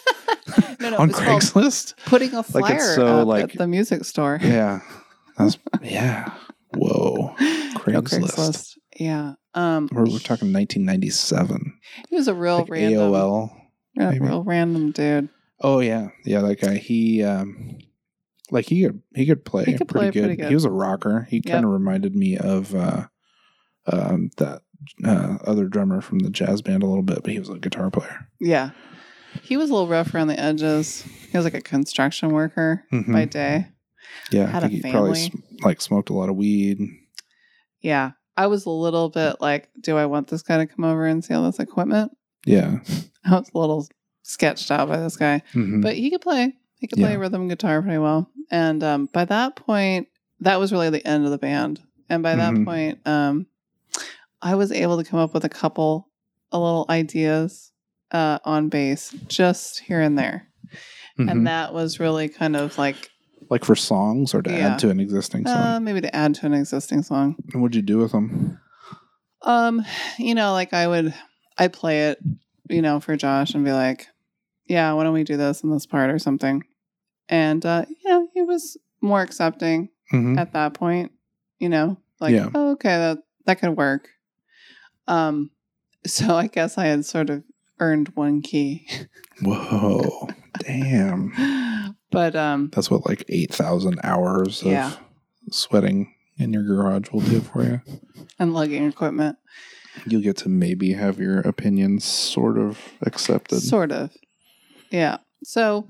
Speaker 2: no, no,
Speaker 1: on
Speaker 2: it's called
Speaker 1: Craigslist.
Speaker 2: putting a flyer
Speaker 1: Like, it's so,
Speaker 2: up
Speaker 1: like-
Speaker 2: at the music store.
Speaker 1: Yeah. That's, yeah. Whoa.
Speaker 2: No,
Speaker 1: Craigslist.
Speaker 2: Yeah. Um,
Speaker 1: We're, we're talking 1997.
Speaker 2: he was a real
Speaker 1: Like
Speaker 2: random,
Speaker 1: AOL.
Speaker 2: yeah,
Speaker 1: maybe.
Speaker 2: real random dude.
Speaker 1: Oh yeah, yeah. That guy. He um, like he could he could play,
Speaker 2: He could
Speaker 1: pretty,
Speaker 2: play
Speaker 1: good.
Speaker 2: pretty good.
Speaker 1: He was a rocker. He kind of reminded me of uh, um, that uh, other drummer from the jazz band a little bit, but he was a guitar player.
Speaker 2: Yeah, he was a little rough around the edges. He was like a construction worker
Speaker 1: Mhm.
Speaker 2: by day.
Speaker 1: yeah,
Speaker 2: had
Speaker 1: I
Speaker 2: a
Speaker 1: think he probably
Speaker 2: family.
Speaker 1: sm- like smoked a lot of weed.
Speaker 2: Yeah, I was a little bit like, do I want this guy to come over and see all this equipment?
Speaker 1: Yeah,
Speaker 2: I was a little sketched out by this guy,
Speaker 1: Mhm.
Speaker 2: but he could play. He could play
Speaker 1: Yeah.
Speaker 2: rhythm guitar pretty well. And um, by that point, that was really the end of the band. And by that
Speaker 1: Mhm.
Speaker 2: point, um, I was able to come up with a couple, a little ideas uh, on bass, just here and there.
Speaker 1: Mhm.
Speaker 2: and that was really kind of like
Speaker 1: like for songs or to
Speaker 2: Yeah.
Speaker 1: add to an existing song.
Speaker 2: uh, maybe to add to an existing song.
Speaker 1: and what'd you do with them?
Speaker 2: Um, you know, like I would, I play it, you know, for Josh and be like, yeah, why don't we do this in this part or something? And, uh, you know, he was more accepting
Speaker 1: hmm
Speaker 2: at that point, you know, like,
Speaker 1: Yeah.
Speaker 2: oh, okay, that, that could work. Um, so I guess I had sort of earned one key,
Speaker 1: Whoa, damn!
Speaker 2: but, um,
Speaker 1: That's what like eight thousand hours of
Speaker 2: Yeah.
Speaker 1: sweating in your garage will do for you.
Speaker 2: and lugging equipment,
Speaker 1: You'll get to maybe have your opinions sort of accepted.
Speaker 2: sort of. Yeah. So,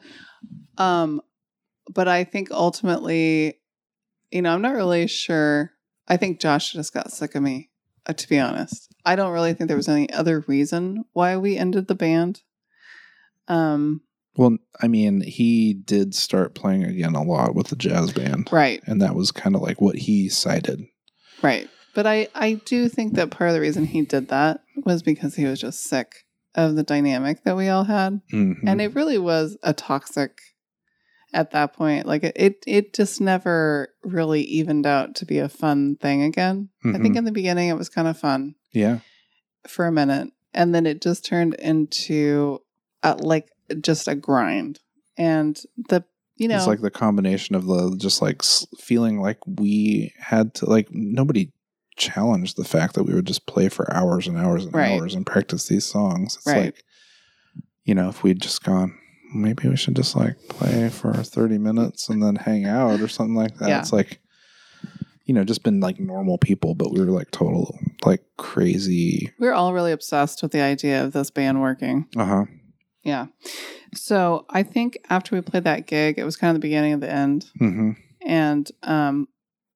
Speaker 2: um, but I think ultimately, you know, I'm not really sure. I think Josh just got sick of me, uh, to be honest. I don't really think there was any other reason why we ended the band. Um,
Speaker 1: well, I mean, he did start playing again a lot with the jazz band,
Speaker 2: right,
Speaker 1: and that was kind of like what he cited.
Speaker 2: right. But I, I do think that part of the reason he did that was because he was just sick of the dynamic that we all had.
Speaker 1: Mhm.
Speaker 2: and it really was a toxic at that point like it it, it just never really evened out to be a fun thing again i
Speaker 1: Mm-hmm.
Speaker 2: think in the beginning it was kind of fun
Speaker 1: yeah,
Speaker 2: for a minute and then it just turned into uh, like just a grind and the you know
Speaker 1: it's like the combination of the just like s- feeling like we had to like nobody challenged the fact that we would just play for hours and hours and
Speaker 2: Right.
Speaker 1: hours and practice these songs. It's
Speaker 2: Right.
Speaker 1: like you know, if we'd just gone, maybe we should just like play for thirty minutes and then hang out or something like that.
Speaker 2: Yeah.
Speaker 1: It's like you know, just been like normal people, but we were like total like crazy.
Speaker 2: we're all really obsessed with the idea of this band working
Speaker 1: Uh huh.
Speaker 2: yeah so i think after we played that gig it was kind of the beginning of the end
Speaker 1: Mm-hmm.
Speaker 2: And um,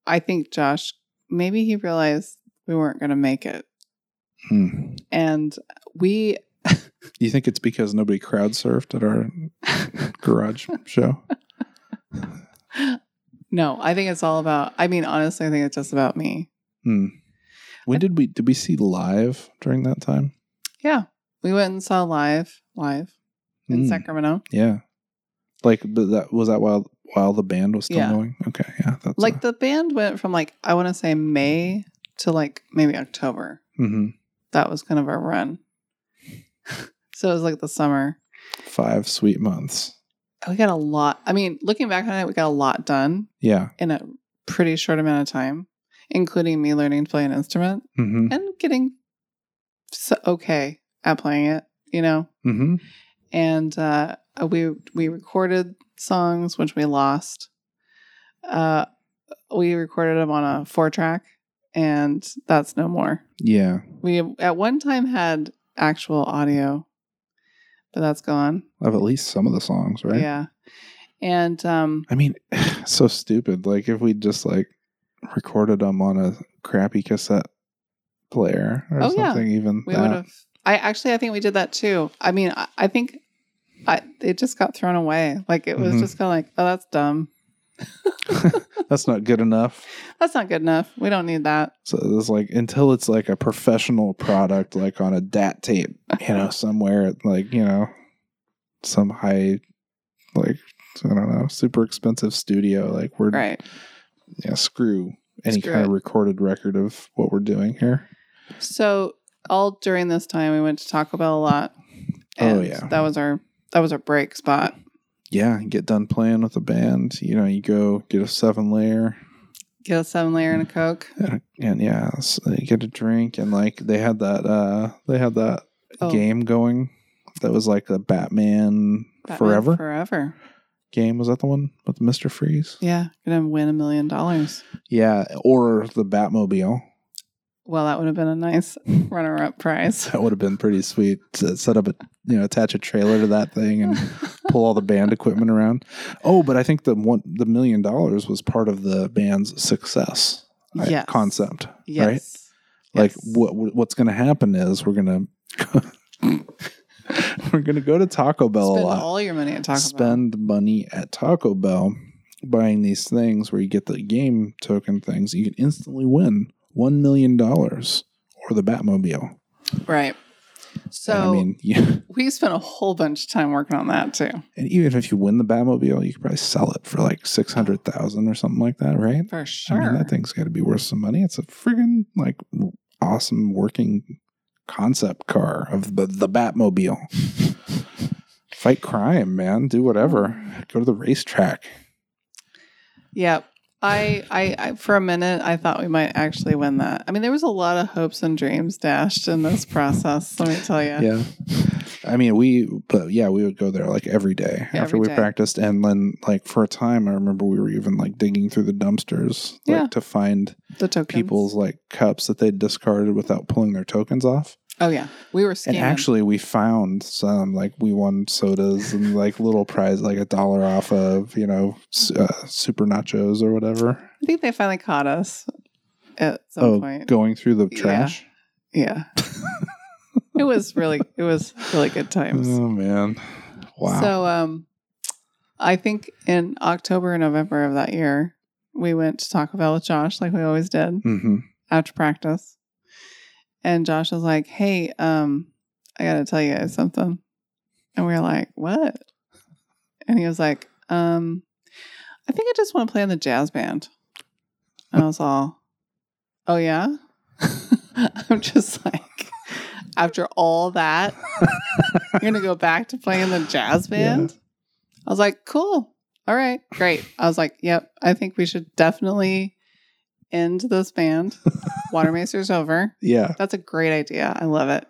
Speaker 2: I think Josh, maybe he realized we weren't going to make it.
Speaker 1: Hmm.
Speaker 2: And we,
Speaker 1: You think it's because nobody crowd surfed at our garage show?
Speaker 2: no, I think it's all about, I mean, honestly, I think it's just about me.
Speaker 1: Hmm. When did we did we see live during that time?
Speaker 2: Yeah. We went and saw live, live in
Speaker 1: Hmm.
Speaker 2: Sacramento.
Speaker 1: Yeah, like but that was that while while the band was still
Speaker 2: Yeah.
Speaker 1: going. Okay, yeah, that's
Speaker 2: Like the band went from like, I want to say May to like maybe October.
Speaker 1: hmm
Speaker 2: That was kind of our run. so it was like the summer.
Speaker 1: five sweet months.
Speaker 2: We got a lot. I mean, looking back on it, we got a lot done.
Speaker 1: Yeah,
Speaker 2: in a pretty short amount of time, including me learning to play an instrument
Speaker 1: hmm
Speaker 2: and getting so okay at playing it, you know.
Speaker 1: hmm
Speaker 2: And uh, we we recorded songs which we lost. Uh, we recorded them on a four track, and that's no more.
Speaker 1: yeah.
Speaker 2: We at one time had actual audio, but that's gone.
Speaker 1: Of at least some of the songs, right?
Speaker 2: Yeah, and um,
Speaker 1: I mean, so stupid. Like if we just like recorded them on a crappy cassette player or
Speaker 2: Oh, yeah.
Speaker 1: something, even
Speaker 2: We
Speaker 1: that.
Speaker 2: would have. I actually, I think we did that too. I mean, I, I think I it just got thrown away. Like it was
Speaker 1: Mhm.
Speaker 2: just kind of like, oh, that's dumb.
Speaker 1: That's not good enough.
Speaker 2: That's not good enough. We don't need that.
Speaker 1: So it's like until it's like a professional product, like on a DAT tape, you know, somewhere like you know, some high, like I don't know, super expensive studio. Like we're
Speaker 2: Right.
Speaker 1: yeah, screw any
Speaker 2: Screw
Speaker 1: kind
Speaker 2: it.
Speaker 1: of recorded record of what we're doing here.
Speaker 2: So all during this time, we went to Taco Bell a lot.
Speaker 1: Oh,
Speaker 2: And
Speaker 1: yeah.
Speaker 2: That was our that was our break spot.
Speaker 1: Yeah, you get done playing with a band. You know, you go get a seven layer,
Speaker 2: Get a seven layer and a Coke.
Speaker 1: and, and yeah, so you get a drink, and like they had that, uh they had that
Speaker 2: Oh.
Speaker 1: game going that was like the Batman,
Speaker 2: Batman
Speaker 1: Forever.
Speaker 2: Forever.
Speaker 1: game. Was that the one with Mister Freeze?
Speaker 2: Yeah. Gonna win a million dollars.
Speaker 1: Yeah, or the Batmobile.
Speaker 2: Well, that would have been a nice runner up prize.
Speaker 1: That would have been pretty sweet to set up a you know attach a trailer to that thing and pull all the band equipment around. Oh, but I think the one the million dollars was part of the band's success right,
Speaker 2: yes.
Speaker 1: concept.
Speaker 2: Yes.
Speaker 1: right? Like
Speaker 2: Yes.
Speaker 1: what what- what's going to happen is we're going to we're going to go to Taco Bell
Speaker 2: Spend
Speaker 1: a lot.
Speaker 2: all your money at Taco Bell.
Speaker 1: spend money at Taco Bell buying these things where you get the game token things, you can instantly win $1 million or the Batmobile.
Speaker 2: Right.
Speaker 1: And
Speaker 2: So
Speaker 1: I mean, yeah.
Speaker 2: we spent a whole bunch of time working on that too.
Speaker 1: And even if you win the Batmobile, you could probably sell it for like six hundred thousand or something like that, right?
Speaker 2: For sure.
Speaker 1: I mean, that thing's got to be worth some money. It's a friggin' like awesome working concept car of the, the Batmobile. Fight crime, man. Do whatever.
Speaker 2: Mm.
Speaker 1: Go to the racetrack.
Speaker 2: Yep. I, I, I, for a minute, I thought we might actually win that. I mean, there was a lot of hopes and dreams dashed in this process. Let me tell you.
Speaker 1: Yeah. I mean, we, but yeah, we would go there like every day after
Speaker 2: Every
Speaker 1: we
Speaker 2: day.
Speaker 1: practiced. And then, like, for a time, I remember we were even like digging through the dumpsters like,
Speaker 2: Yeah.
Speaker 1: to find
Speaker 2: The tokens.
Speaker 1: people's like cups that they discarded without pulling their tokens off.
Speaker 2: Oh yeah, we were scamming.
Speaker 1: And actually, we found some like we won sodas and like little prize, like a dollar off of you know s- uh, super nachos or whatever.
Speaker 2: I think they finally caught us at some
Speaker 1: oh,
Speaker 2: point.
Speaker 1: going through the
Speaker 2: Yeah.
Speaker 1: trash.
Speaker 2: Yeah. it was really, it was really good times.
Speaker 1: Oh man, wow.
Speaker 2: So, um, I think in October and November of that year, we went to Taco Bell with Josh, like we always did.
Speaker 1: hmm
Speaker 2: after practice. And Josh was like, Hey, um, I gotta tell you guys something. And we were like, What? And he was like, Um, I think I just want to play in the jazz band. And I was all, Oh yeah? I'm just like, after all that, you're gonna go back to playing the jazz band? I was like, Cool. All right, great. I was like, Yep, I think we should definitely end this band. Water Macer's over.
Speaker 1: Yeah,
Speaker 2: That's a great idea. I love it.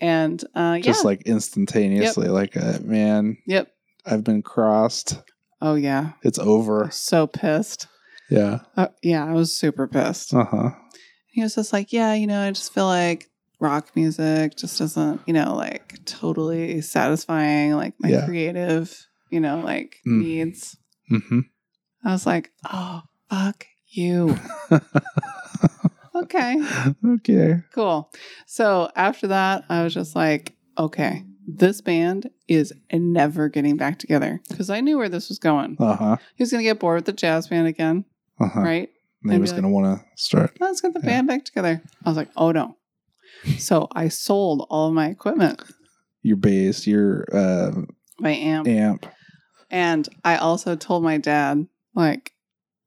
Speaker 2: And uh,
Speaker 1: just
Speaker 2: yeah,
Speaker 1: like instantaneously, like uh, man,
Speaker 2: yep.
Speaker 1: I've been crossed.
Speaker 2: Oh yeah,
Speaker 1: It's over.
Speaker 2: so pissed.
Speaker 1: Yeah.
Speaker 2: Uh, yeah, I was super pissed.
Speaker 1: Uh huh.
Speaker 2: He was just like, yeah, you know, I just feel like rock music just doesn't, you know, like totally satisfying like my
Speaker 1: Yeah.
Speaker 2: creative, you know, like
Speaker 1: Mm.
Speaker 2: needs.
Speaker 1: hmm
Speaker 2: I was like, oh fuck you. okay.
Speaker 1: okay.
Speaker 2: Cool. So after that, I was just like, okay, this band is never getting back together because I knew where this was going.
Speaker 1: Uh huh.
Speaker 2: He was going to get bored with the jazz band again,
Speaker 1: Uh huh.
Speaker 2: right?
Speaker 1: And he
Speaker 2: I'd
Speaker 1: was
Speaker 2: be
Speaker 1: gonna want to start.
Speaker 2: Let's get the
Speaker 1: Yeah.
Speaker 2: band back together. I was like, oh no. So I sold all of my equipment,
Speaker 1: Your bass, your uh,
Speaker 2: my amp,
Speaker 1: amp.
Speaker 2: and I also told my dad, like,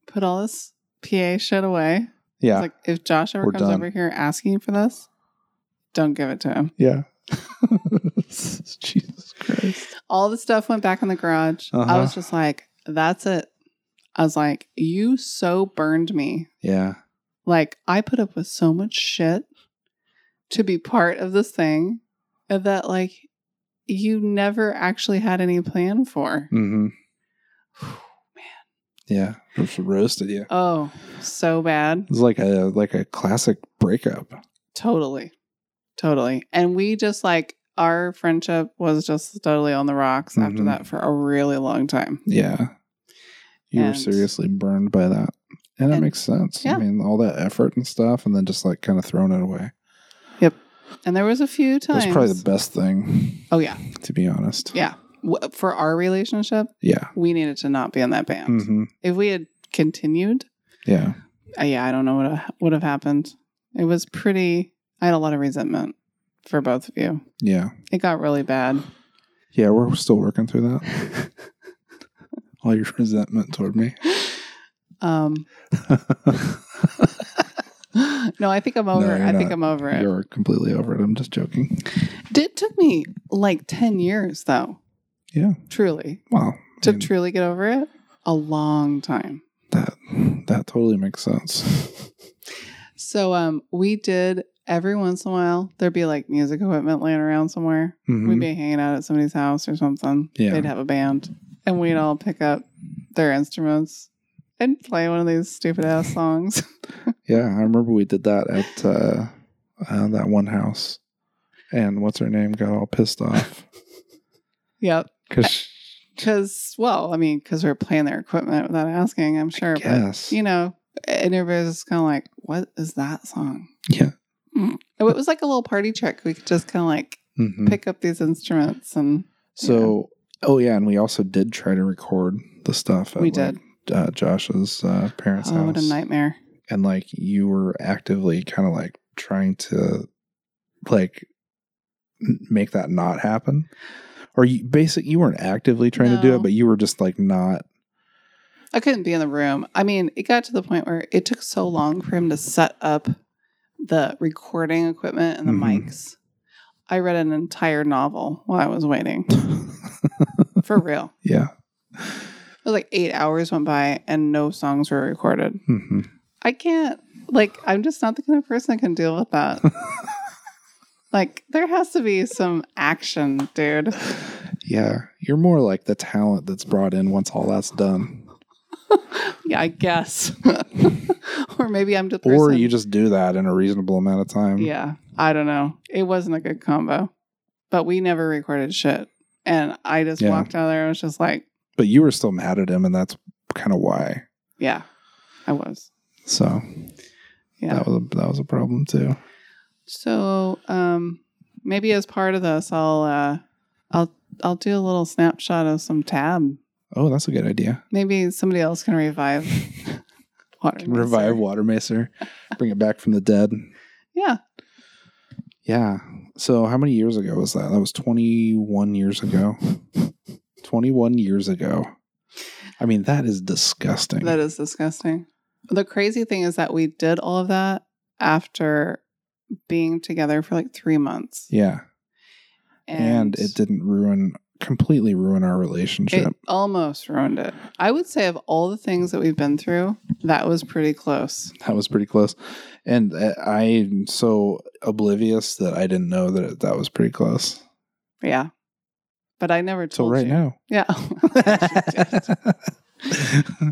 Speaker 2: put all this PA shit away. I
Speaker 1: Yeah.
Speaker 2: was like, if Josh ever
Speaker 1: We're
Speaker 2: comes
Speaker 1: done.
Speaker 2: over here asking for this, don't give it to him.
Speaker 1: Yeah. Jesus Christ.
Speaker 2: all the stuff went back in the garage.
Speaker 1: Uh-huh.
Speaker 2: I was just like, that's it. I was like, you so burned me.
Speaker 1: Yeah.
Speaker 2: Like, I put up with so much shit to be part of this thing that, like, you never actually had any plan for.
Speaker 1: Mm-hmm. Yeah. Just roasted you.
Speaker 2: Oh, so bad.
Speaker 1: It's like a like a classic breakup.
Speaker 2: Totally. Totally. And we just, like, our friendship was just totally on the rocks after
Speaker 1: Mhm.
Speaker 2: that for a really long time.
Speaker 1: Yeah. You were
Speaker 2: And-
Speaker 1: seriously burned by that. And, it
Speaker 2: And-
Speaker 1: makes sense.
Speaker 2: yeah.
Speaker 1: I mean, all that effort and stuff, and then just like kind of throwing it away.
Speaker 2: And there was a few times.
Speaker 1: That's probably the best thing,
Speaker 2: oh, yeah.
Speaker 1: to be honest.
Speaker 2: Yeah. W- For our relationship,
Speaker 1: Yeah.
Speaker 2: we needed to not be in that band.
Speaker 1: hmm
Speaker 2: If we had continued,
Speaker 1: Yeah.
Speaker 2: uh, yeah, I don't know what would have happened. It was pretty. I had a lot of resentment for both of you.
Speaker 1: Yeah.
Speaker 2: It got really bad.
Speaker 1: Yeah. We're still working through that. all your resentment toward me.
Speaker 2: Um, no, I think I'm over.
Speaker 1: you're
Speaker 2: I think
Speaker 1: not.
Speaker 2: I'm over it.
Speaker 1: You're completely over it. I'm just joking.
Speaker 2: It took me like ten years, though.
Speaker 1: Yeah.
Speaker 2: Truly,
Speaker 1: Wow.
Speaker 2: to
Speaker 1: I mean,
Speaker 2: truly get over it, a long time.
Speaker 1: that that totally makes sense.
Speaker 2: So, um, we did every once in a while there'd be like music equipment laying around somewhere.
Speaker 1: Mhm.
Speaker 2: We'd be hanging out at somebody's house or something.
Speaker 1: Yeah.
Speaker 2: They'd have a band and we'd all pick up their instruments and play one of these stupid ass songs.
Speaker 1: Yeah, I remember we did that at uh, uh, that one house, and what's her name got all pissed off
Speaker 2: yep.
Speaker 1: because
Speaker 2: Cause, well, I mean, cause we we're playing their equipment without asking, I'm sure.
Speaker 1: yes,
Speaker 2: But, you know, and everybody's just kind of like, what is that song?
Speaker 1: Yeah.
Speaker 2: Mm. It was like a little party trick. We could just kind of like
Speaker 1: Mhm.
Speaker 2: pick up these instruments and
Speaker 1: so oh yeah, and we also did try to record the stuff. At,
Speaker 2: we
Speaker 1: like,
Speaker 2: did.
Speaker 1: uh, Josh's uh, parents'
Speaker 2: Oh,
Speaker 1: house,
Speaker 2: what a nightmare.
Speaker 1: and like you were actively kind of like trying to like n- make that not happen? Or you basic you weren't actively trying to do it,
Speaker 2: No.
Speaker 1: but you were just like not
Speaker 2: I couldn't be in the room. I mean, it got to the point where it took so long for him to set up the recording equipment and the
Speaker 1: Mhm.
Speaker 2: mics. I read an entire novel while I was waiting. For real.
Speaker 1: yeah.
Speaker 2: It was like eight hours went by and no songs were recorded.
Speaker 1: hmm
Speaker 2: I can't, like, I'm just not the kind of person that can deal with that. like, there has to be some action, dude.
Speaker 1: Yeah. You're more like the talent that's brought in once all that's done.
Speaker 2: Yeah, I guess. or maybe I'm the person.
Speaker 1: Or you just do that in a reasonable amount of time.
Speaker 2: Yeah, I don't know. It wasn't a good combo, but we never recorded shit. And I just
Speaker 1: Yeah.
Speaker 2: walked out of there. I was just like,
Speaker 1: But you were still mad at him and that's kind of why.
Speaker 2: yeah, I was.
Speaker 1: So
Speaker 2: Yeah.
Speaker 1: that was a that was a problem too.
Speaker 2: so um, maybe as part of this, I'll uh, I'll I'll do a little snapshot of some tab.
Speaker 1: Oh, that's a good idea.
Speaker 2: Maybe somebody else can revive water.
Speaker 1: Can revive
Speaker 2: Master.
Speaker 1: Water Macer, bring it back from the dead.
Speaker 2: Yeah,
Speaker 1: Yeah. So how many years ago was that? That was 21 years ago. 21 years ago. I mean, that is disgusting.
Speaker 2: that is disgusting. The crazy thing is that we did all of that after being together for like three months,
Speaker 1: yeah. And, it didn't ruin completely ruin our relationship.
Speaker 2: It almost ruined it. I would say of all the things that we've been through, that was pretty close.
Speaker 1: that was pretty close. And uh, I'm so oblivious that I didn't know that it, that was pretty close.
Speaker 2: Yeah. But I never
Speaker 1: So
Speaker 2: told
Speaker 1: right
Speaker 2: you.
Speaker 1: now.
Speaker 2: Yeah.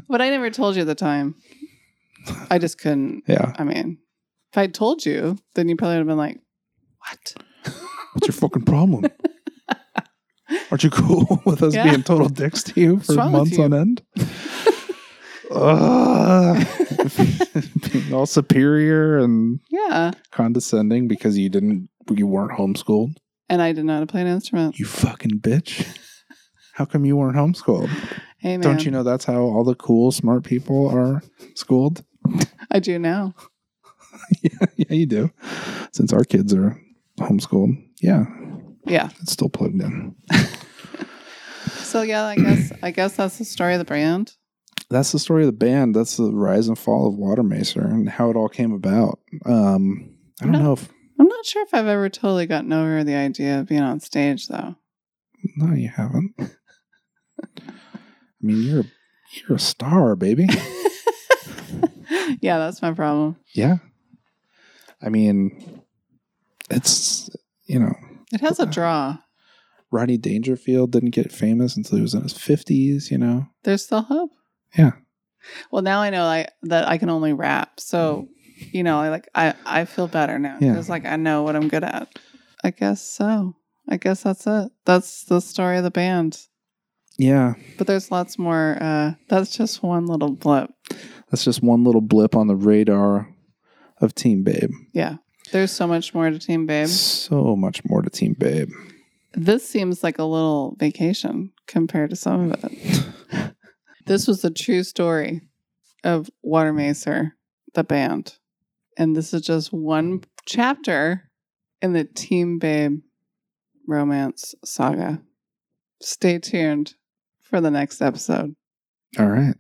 Speaker 2: but I never told you at the time. I just couldn't.
Speaker 1: yeah.
Speaker 2: I mean, if I told you, then you probably would have been like, what?
Speaker 1: What's your fucking problem? Aren't you cool with us
Speaker 2: Yeah.
Speaker 1: being total dicks to you for
Speaker 2: wrong
Speaker 1: months
Speaker 2: with you?
Speaker 1: on end? Ugh. being all superior and
Speaker 2: Yeah.
Speaker 1: condescending because you didn't you weren't homeschooled.
Speaker 2: And I did not know how to play an instrument.
Speaker 1: You fucking bitch. How come you weren't homeschooled?
Speaker 2: Hey, man.
Speaker 1: Don't you know that's how all the cool, smart people are schooled?
Speaker 2: I do now.
Speaker 1: yeah, you do. Since our kids are homeschooled, yeah,
Speaker 2: Yeah.
Speaker 1: it's still plugged in.
Speaker 2: So, yeah, I guess I guess that's the story of the brand.
Speaker 1: that's the story of the band. That's the rise and fall of Water Macer and how it all came about. Um, I don't
Speaker 2: No.
Speaker 1: know if
Speaker 2: I'm not sure if I've ever totally gotten over the idea of being on stage, though.
Speaker 1: no, you haven't. I mean, you're you're a star, baby.
Speaker 2: yeah, that's my problem.
Speaker 1: yeah. I mean, it's you know,
Speaker 2: It has a draw.
Speaker 1: Rodney Dangerfield didn't get famous until he was in his fifties. You know,
Speaker 2: There's still hope.
Speaker 1: Yeah.
Speaker 2: Well, now I know I, that I can only rap, so you know, I like I I feel better now
Speaker 1: Mm-hmm. Yeah.
Speaker 2: because like I know what I'm good at. I guess so. I guess that's it. That's the story of the band.
Speaker 1: yeah.
Speaker 2: But there's lots more. Uh, that's just one little blip.
Speaker 1: That's just one little blip on the radar of Team Babe.
Speaker 2: Yeah. There's so much more to Team Babe.
Speaker 1: So much more to Team Babe.
Speaker 2: This seems like a little vacation compared to some of it. this was the true story of Water Macer, the band. And this is just one chapter in the Team Babe romance saga. Stay tuned for the next episode.
Speaker 1: All right.